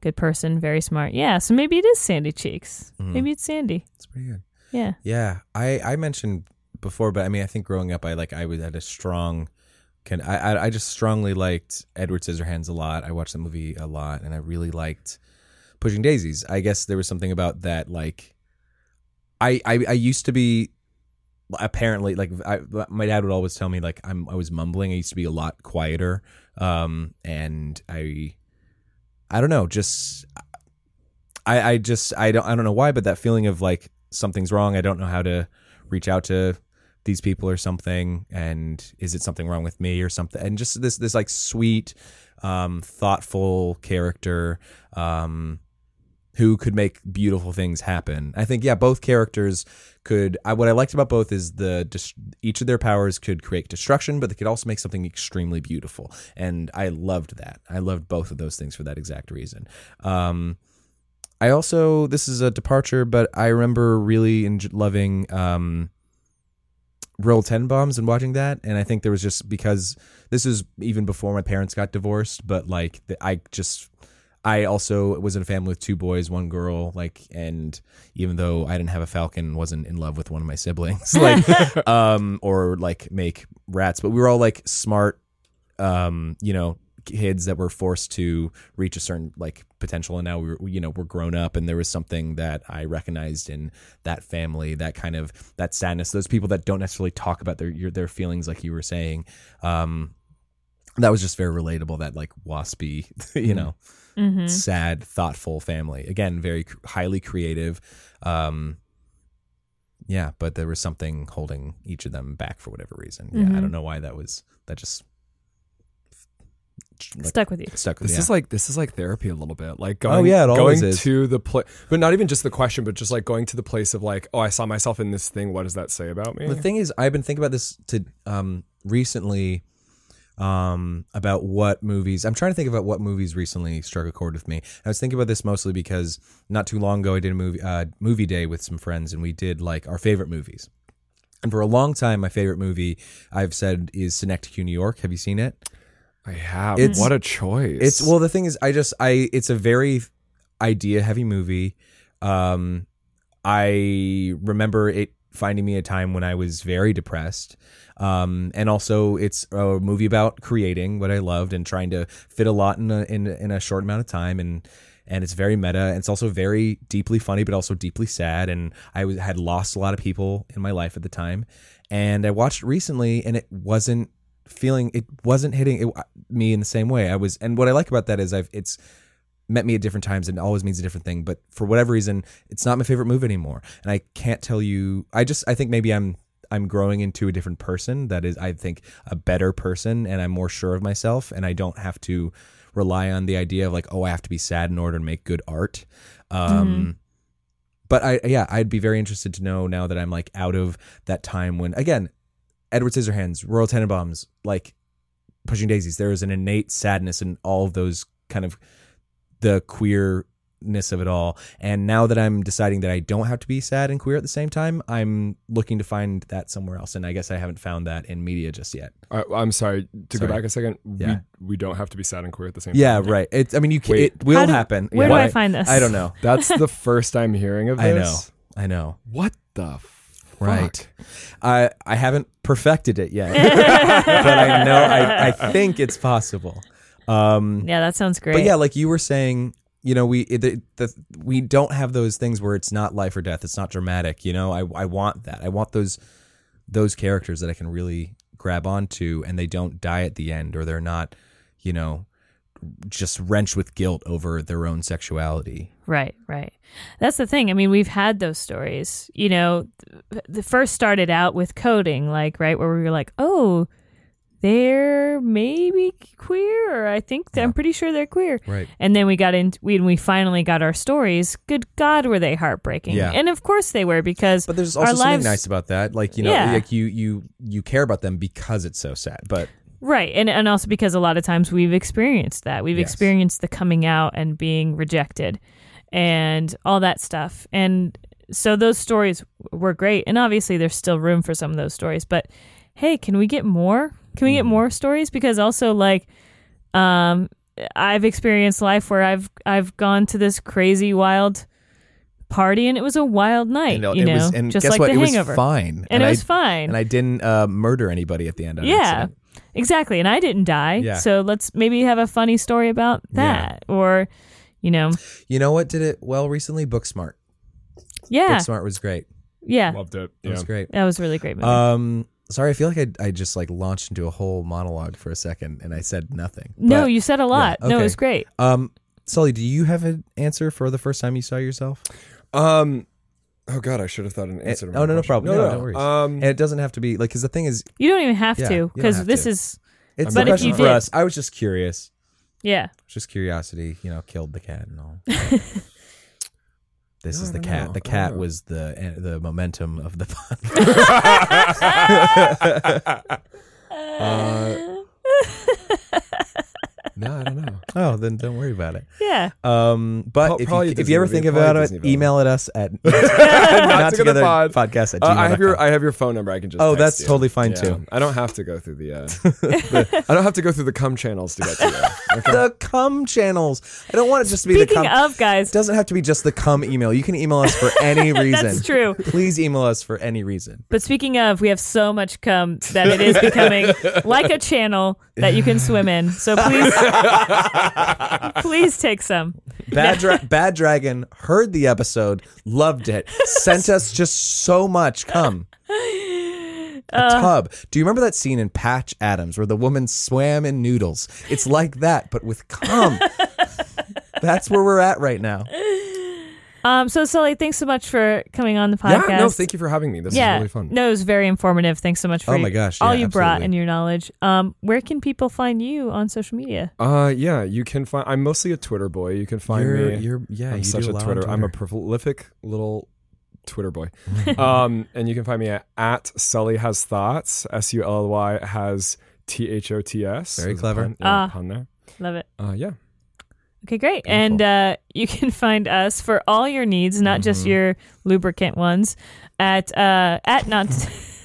good person, very smart. Yeah, so maybe it is Sandy Cheeks. Mm-hmm. Maybe it's Sandy. It's pretty good. Yeah. Yeah, I I mentioned before, but I mean, I think growing up, I like I was at a strong. Can I, I I just strongly liked Edward Scissorhands a lot. I watched the movie a lot, and I really liked Pushing Daisies. I guess there was something about that. Like, I I, I used to be apparently like I, my dad would always tell me like I'm I was mumbling. I used to be a lot quieter, um, and I I don't know, just I I just I don't I don't know why, but that feeling of like something's wrong. I don't know how to reach out to these people or something. And is it something wrong with me or something? And just this this like sweet, um, thoughtful character. Um, who could make beautiful things happen. I think yeah, both characters could. I, what I liked about both is the dis- each of their powers could create destruction, but they could also make something extremely beautiful, and I loved that. I loved both of those things for that exact reason. Um, I also this is a departure, but I remember really en- loving. Um, Roll 10 bombs and watching that and I think there was just because this is even before my parents got divorced but like the, I just I also was in a family with two boys, one girl, like, and even though I didn't have a falcon, wasn't in love with one of my siblings, (laughs) like, um, or like make rats, but we were all like smart, um, you know, kids that were forced to reach a certain like potential, and now we were, you know, we're grown up, and there was something that I recognized in that family, that kind of that sadness, those people that don't necessarily talk about their your, their feelings, like you were saying, um. That was just very relatable. That like waspy, (laughs) you know, Mm-hmm. sad, thoughtful family. Again, very cr- highly creative. Um, yeah, but there was something holding each of them back for whatever reason. Yeah, I Mhm. don't know why that was. That just like, Stuck with you. stuck with This yeah. Oh, is like this is like therapy a little bit. Like going, yeah, it always going is. to the place, but not even just the question, but just like going to the place of like, oh, I saw myself in this thing. What does that say about me? The thing is, I've been thinking about this to um, recently um, about what movies. I'm trying to think about what movies recently struck a chord with me. I was thinking about this mostly because not too long ago I did a movie uh, movie day with some friends, and we did like our favorite movies. And for a long time, my favorite movie I've said is Synecdoche, New York. Have you seen it? I have. It's- what a choice. It's well, the thing is, I just I it's a very idea heavy movie. Um, I remember it finding me a time when I was very depressed. Um, and also it's a movie about creating what I loved and trying to fit a lot in a, in, in a short amount of time and and it's very meta and it's also very deeply funny but also deeply sad and I was, had lost a lot of people in my life at the time and I watched it recently and it wasn't feeling it wasn't hitting it, me in the same way I was and what I like about that is I've it's met me at different times and always means a different thing but for whatever reason it's not my favorite movie anymore and i can't tell you i just i think maybe i'm i'm growing into a different person that is i think a better person and i'm more sure of myself and i don't have to rely on the idea of like oh i have to be sad in order to make good art um but i yeah i'd be very interested to know now that i'm like out of that time when again edward scissorhands royal tenenbaums like pushing daisies there is an innate sadness in all of those kind of the queerness of it all. And now that I'm deciding that I don't have to be sad and queer at the same time, I'm looking to find that somewhere else. And I guess I haven't found that in media just yet. I, I'm sorry to Sorry. go back a second. Yeah. We we don't have to be sad and queer at the same Yeah, time. right. It, I mean, you can, Wait. it will How do- happen. Where do Yeah. I find this? I don't know. That's (laughs) the first I'm hearing of this. I know. I know. What the fuck? Right. I I haven't perfected it (laughs) yet, but I know I, I think it's possible. Um, Yeah, that sounds great. But yeah, like you were saying, you know, we the, the, we don't have those things where it's not life or death. It's not dramatic. You know, I I want that. I want those those characters that I can really grab onto, and they don't die at the end, or they're not, you know, just wrenched with guilt over their own sexuality. Right, right. That's the thing. I mean, we've had those stories. You know, th- the first started out with coding, like, right, where we were like, oh, they're maybe queer, or I think that I'm pretty sure they're queer. Right. And then we got in, when we finally got our stories, good God, were they heartbreaking. Yeah. And of course they were, because But there's our also something lives, nice about that, like you know, Yeah. like you you you care about them because it's so sad. But Right. And, and also because a lot of times we've experienced that. We've Yes. experienced the coming out and being rejected and all that stuff. And so those stories were great. And obviously, there's still room for some of those stories. But hey, can we get more? Can Mm. we get more stories? Because also, like, um, I've experienced life where I've I've gone to this crazy wild party and it was a wild and night, it, you know, was, and just guess like what? the it hangover. was fine, And, it was I, fine. and I didn't uh, murder anybody at the end. on Yeah, accident. exactly. And I didn't die. Yeah. So let's maybe have a funny story about that. Or, you know, You know what did it well recently? Booksmart. yeah. Booksmart was great. Yeah. Loved it. It Yeah. was great. That was a really great movie. Um, sorry, I feel like I, I just like launched into a whole monologue for a second and I said nothing. no, But, you said a lot. No, okay. it was great. Um, Sully, do you have an answer for the first time you saw yourself? Um, Oh God, I should have thought an answer. to my oh, no, no question. problem. No, No, no worries. Eh. Um, and it doesn't have to be like because the thing is, You don't even have Yeah, you to don't because have this to. is it's But a if question you for did- us. I was just curious, yeah. just curiosity. You know, killed the cat and (laughs) all. This No, Oh. is the I cat. don't know. The I don't cat know. was the eh, the momentum of (laughs) (laughs) the (laughs) podcast. Uh, no, I don't know. oh, then don't worry about it. yeah. Um, Pro- but if you, probably a if you Disney ever movie, think probably a about Disney it, villain. email at us at (laughs) (laughs) Not together pod. podcast at Uh, I have gmail.com. your I have your phone number. I can just. Oh, text that's you. totally fine, too. I don't have to go through (laughs) the, uh, the- I don't have to go through the cum channels to get (laughs) to you. Okay. the cum channels. I don't want it just to be Speaking the cum. of guys, it doesn't have to be just the cum email. You can email us for any reason. (laughs) That's true. Please email us for any reason. But speaking of, we have so much cum that it is becoming like a channel that you can swim in. (laughs) So please, please take some. (laughs) Bad, Dra- Bad Dragon heard the episode, loved it, sent us just so much cum. A Uh. tub. Do you remember that scene in Patch Adams where the woman swam in noodles? It's like that, but with (laughs) cum. That's where we're at right now. Um, so Sully, thanks so much for coming on the yeah, podcast. no, thank you for having me. This Yeah, is really fun. no, it was very informative. Thanks so much for Oh my you- gosh, all yeah, you brought absolutely. and your knowledge. Um, where can people find you on social media? Uh, yeah, you can find. I'm mostly a Twitter boy. You can find me. yeah, I'm you such do a lot on Twitter. I'm a prolific little (laughs) Twitter boy. um, and you can find me at, at Sully has thoughts. S U L L Y has T H O T S. Very There's a clever. Pun, yeah, Ah. pun there. Love it. Uh, yeah. Okay, great. And uh, you can (laughs) find us for all your needs, not just your lubricant ones, at uh, at not. (laughs)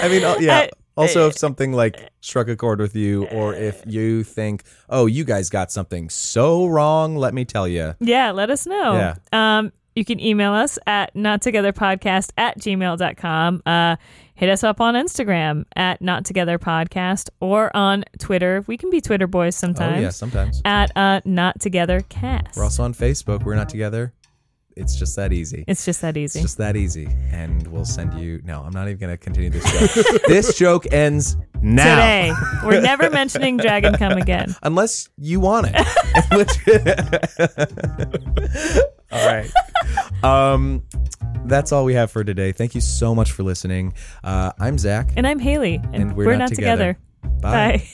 I mean, uh, yeah. I- Also, if something like struck a chord with you, or if you think, "Oh, you guys got something so wrong," let me tell you. Yeah, let us know. Um, you can email us at nottogetherpodcast at gmail.com. Uh, hit us up on Instagram at nottogetherpodcast or on Twitter. We can be Twitter boys sometimes. Oh yeah, sometimes At uh, nottogethercast. we're also on Facebook. We're not together. It's just that easy. it's just that It's easy. just that easy, and we'll send you. No, I'm not even gonna continue this (laughs) joke. this joke ends now, Today, we're never mentioning Dragon Come again. unless you want (laughs) it. all right. Um, that's all we have for today. Thank you so much for listening. Uh, I'm Zach. And I'm Haley, and, And we're not together. together. Bye.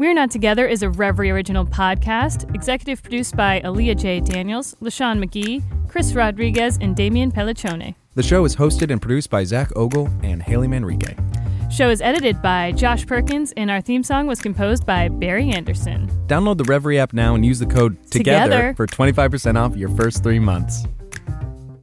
We're Not Together is a Reverie original podcast, executive produced by Aaliyah J. Daniels, LaShawn McGee, Chris Rodriguez, and Damian Pelliccione. The show is hosted and produced by Zach Ogle and Haley Manrique. Show is edited by Josh Perkins, and our theme song was composed by Barry Anderson. Download the Reverie app now and use the code TOGETHER Together. for 25% off your first three months.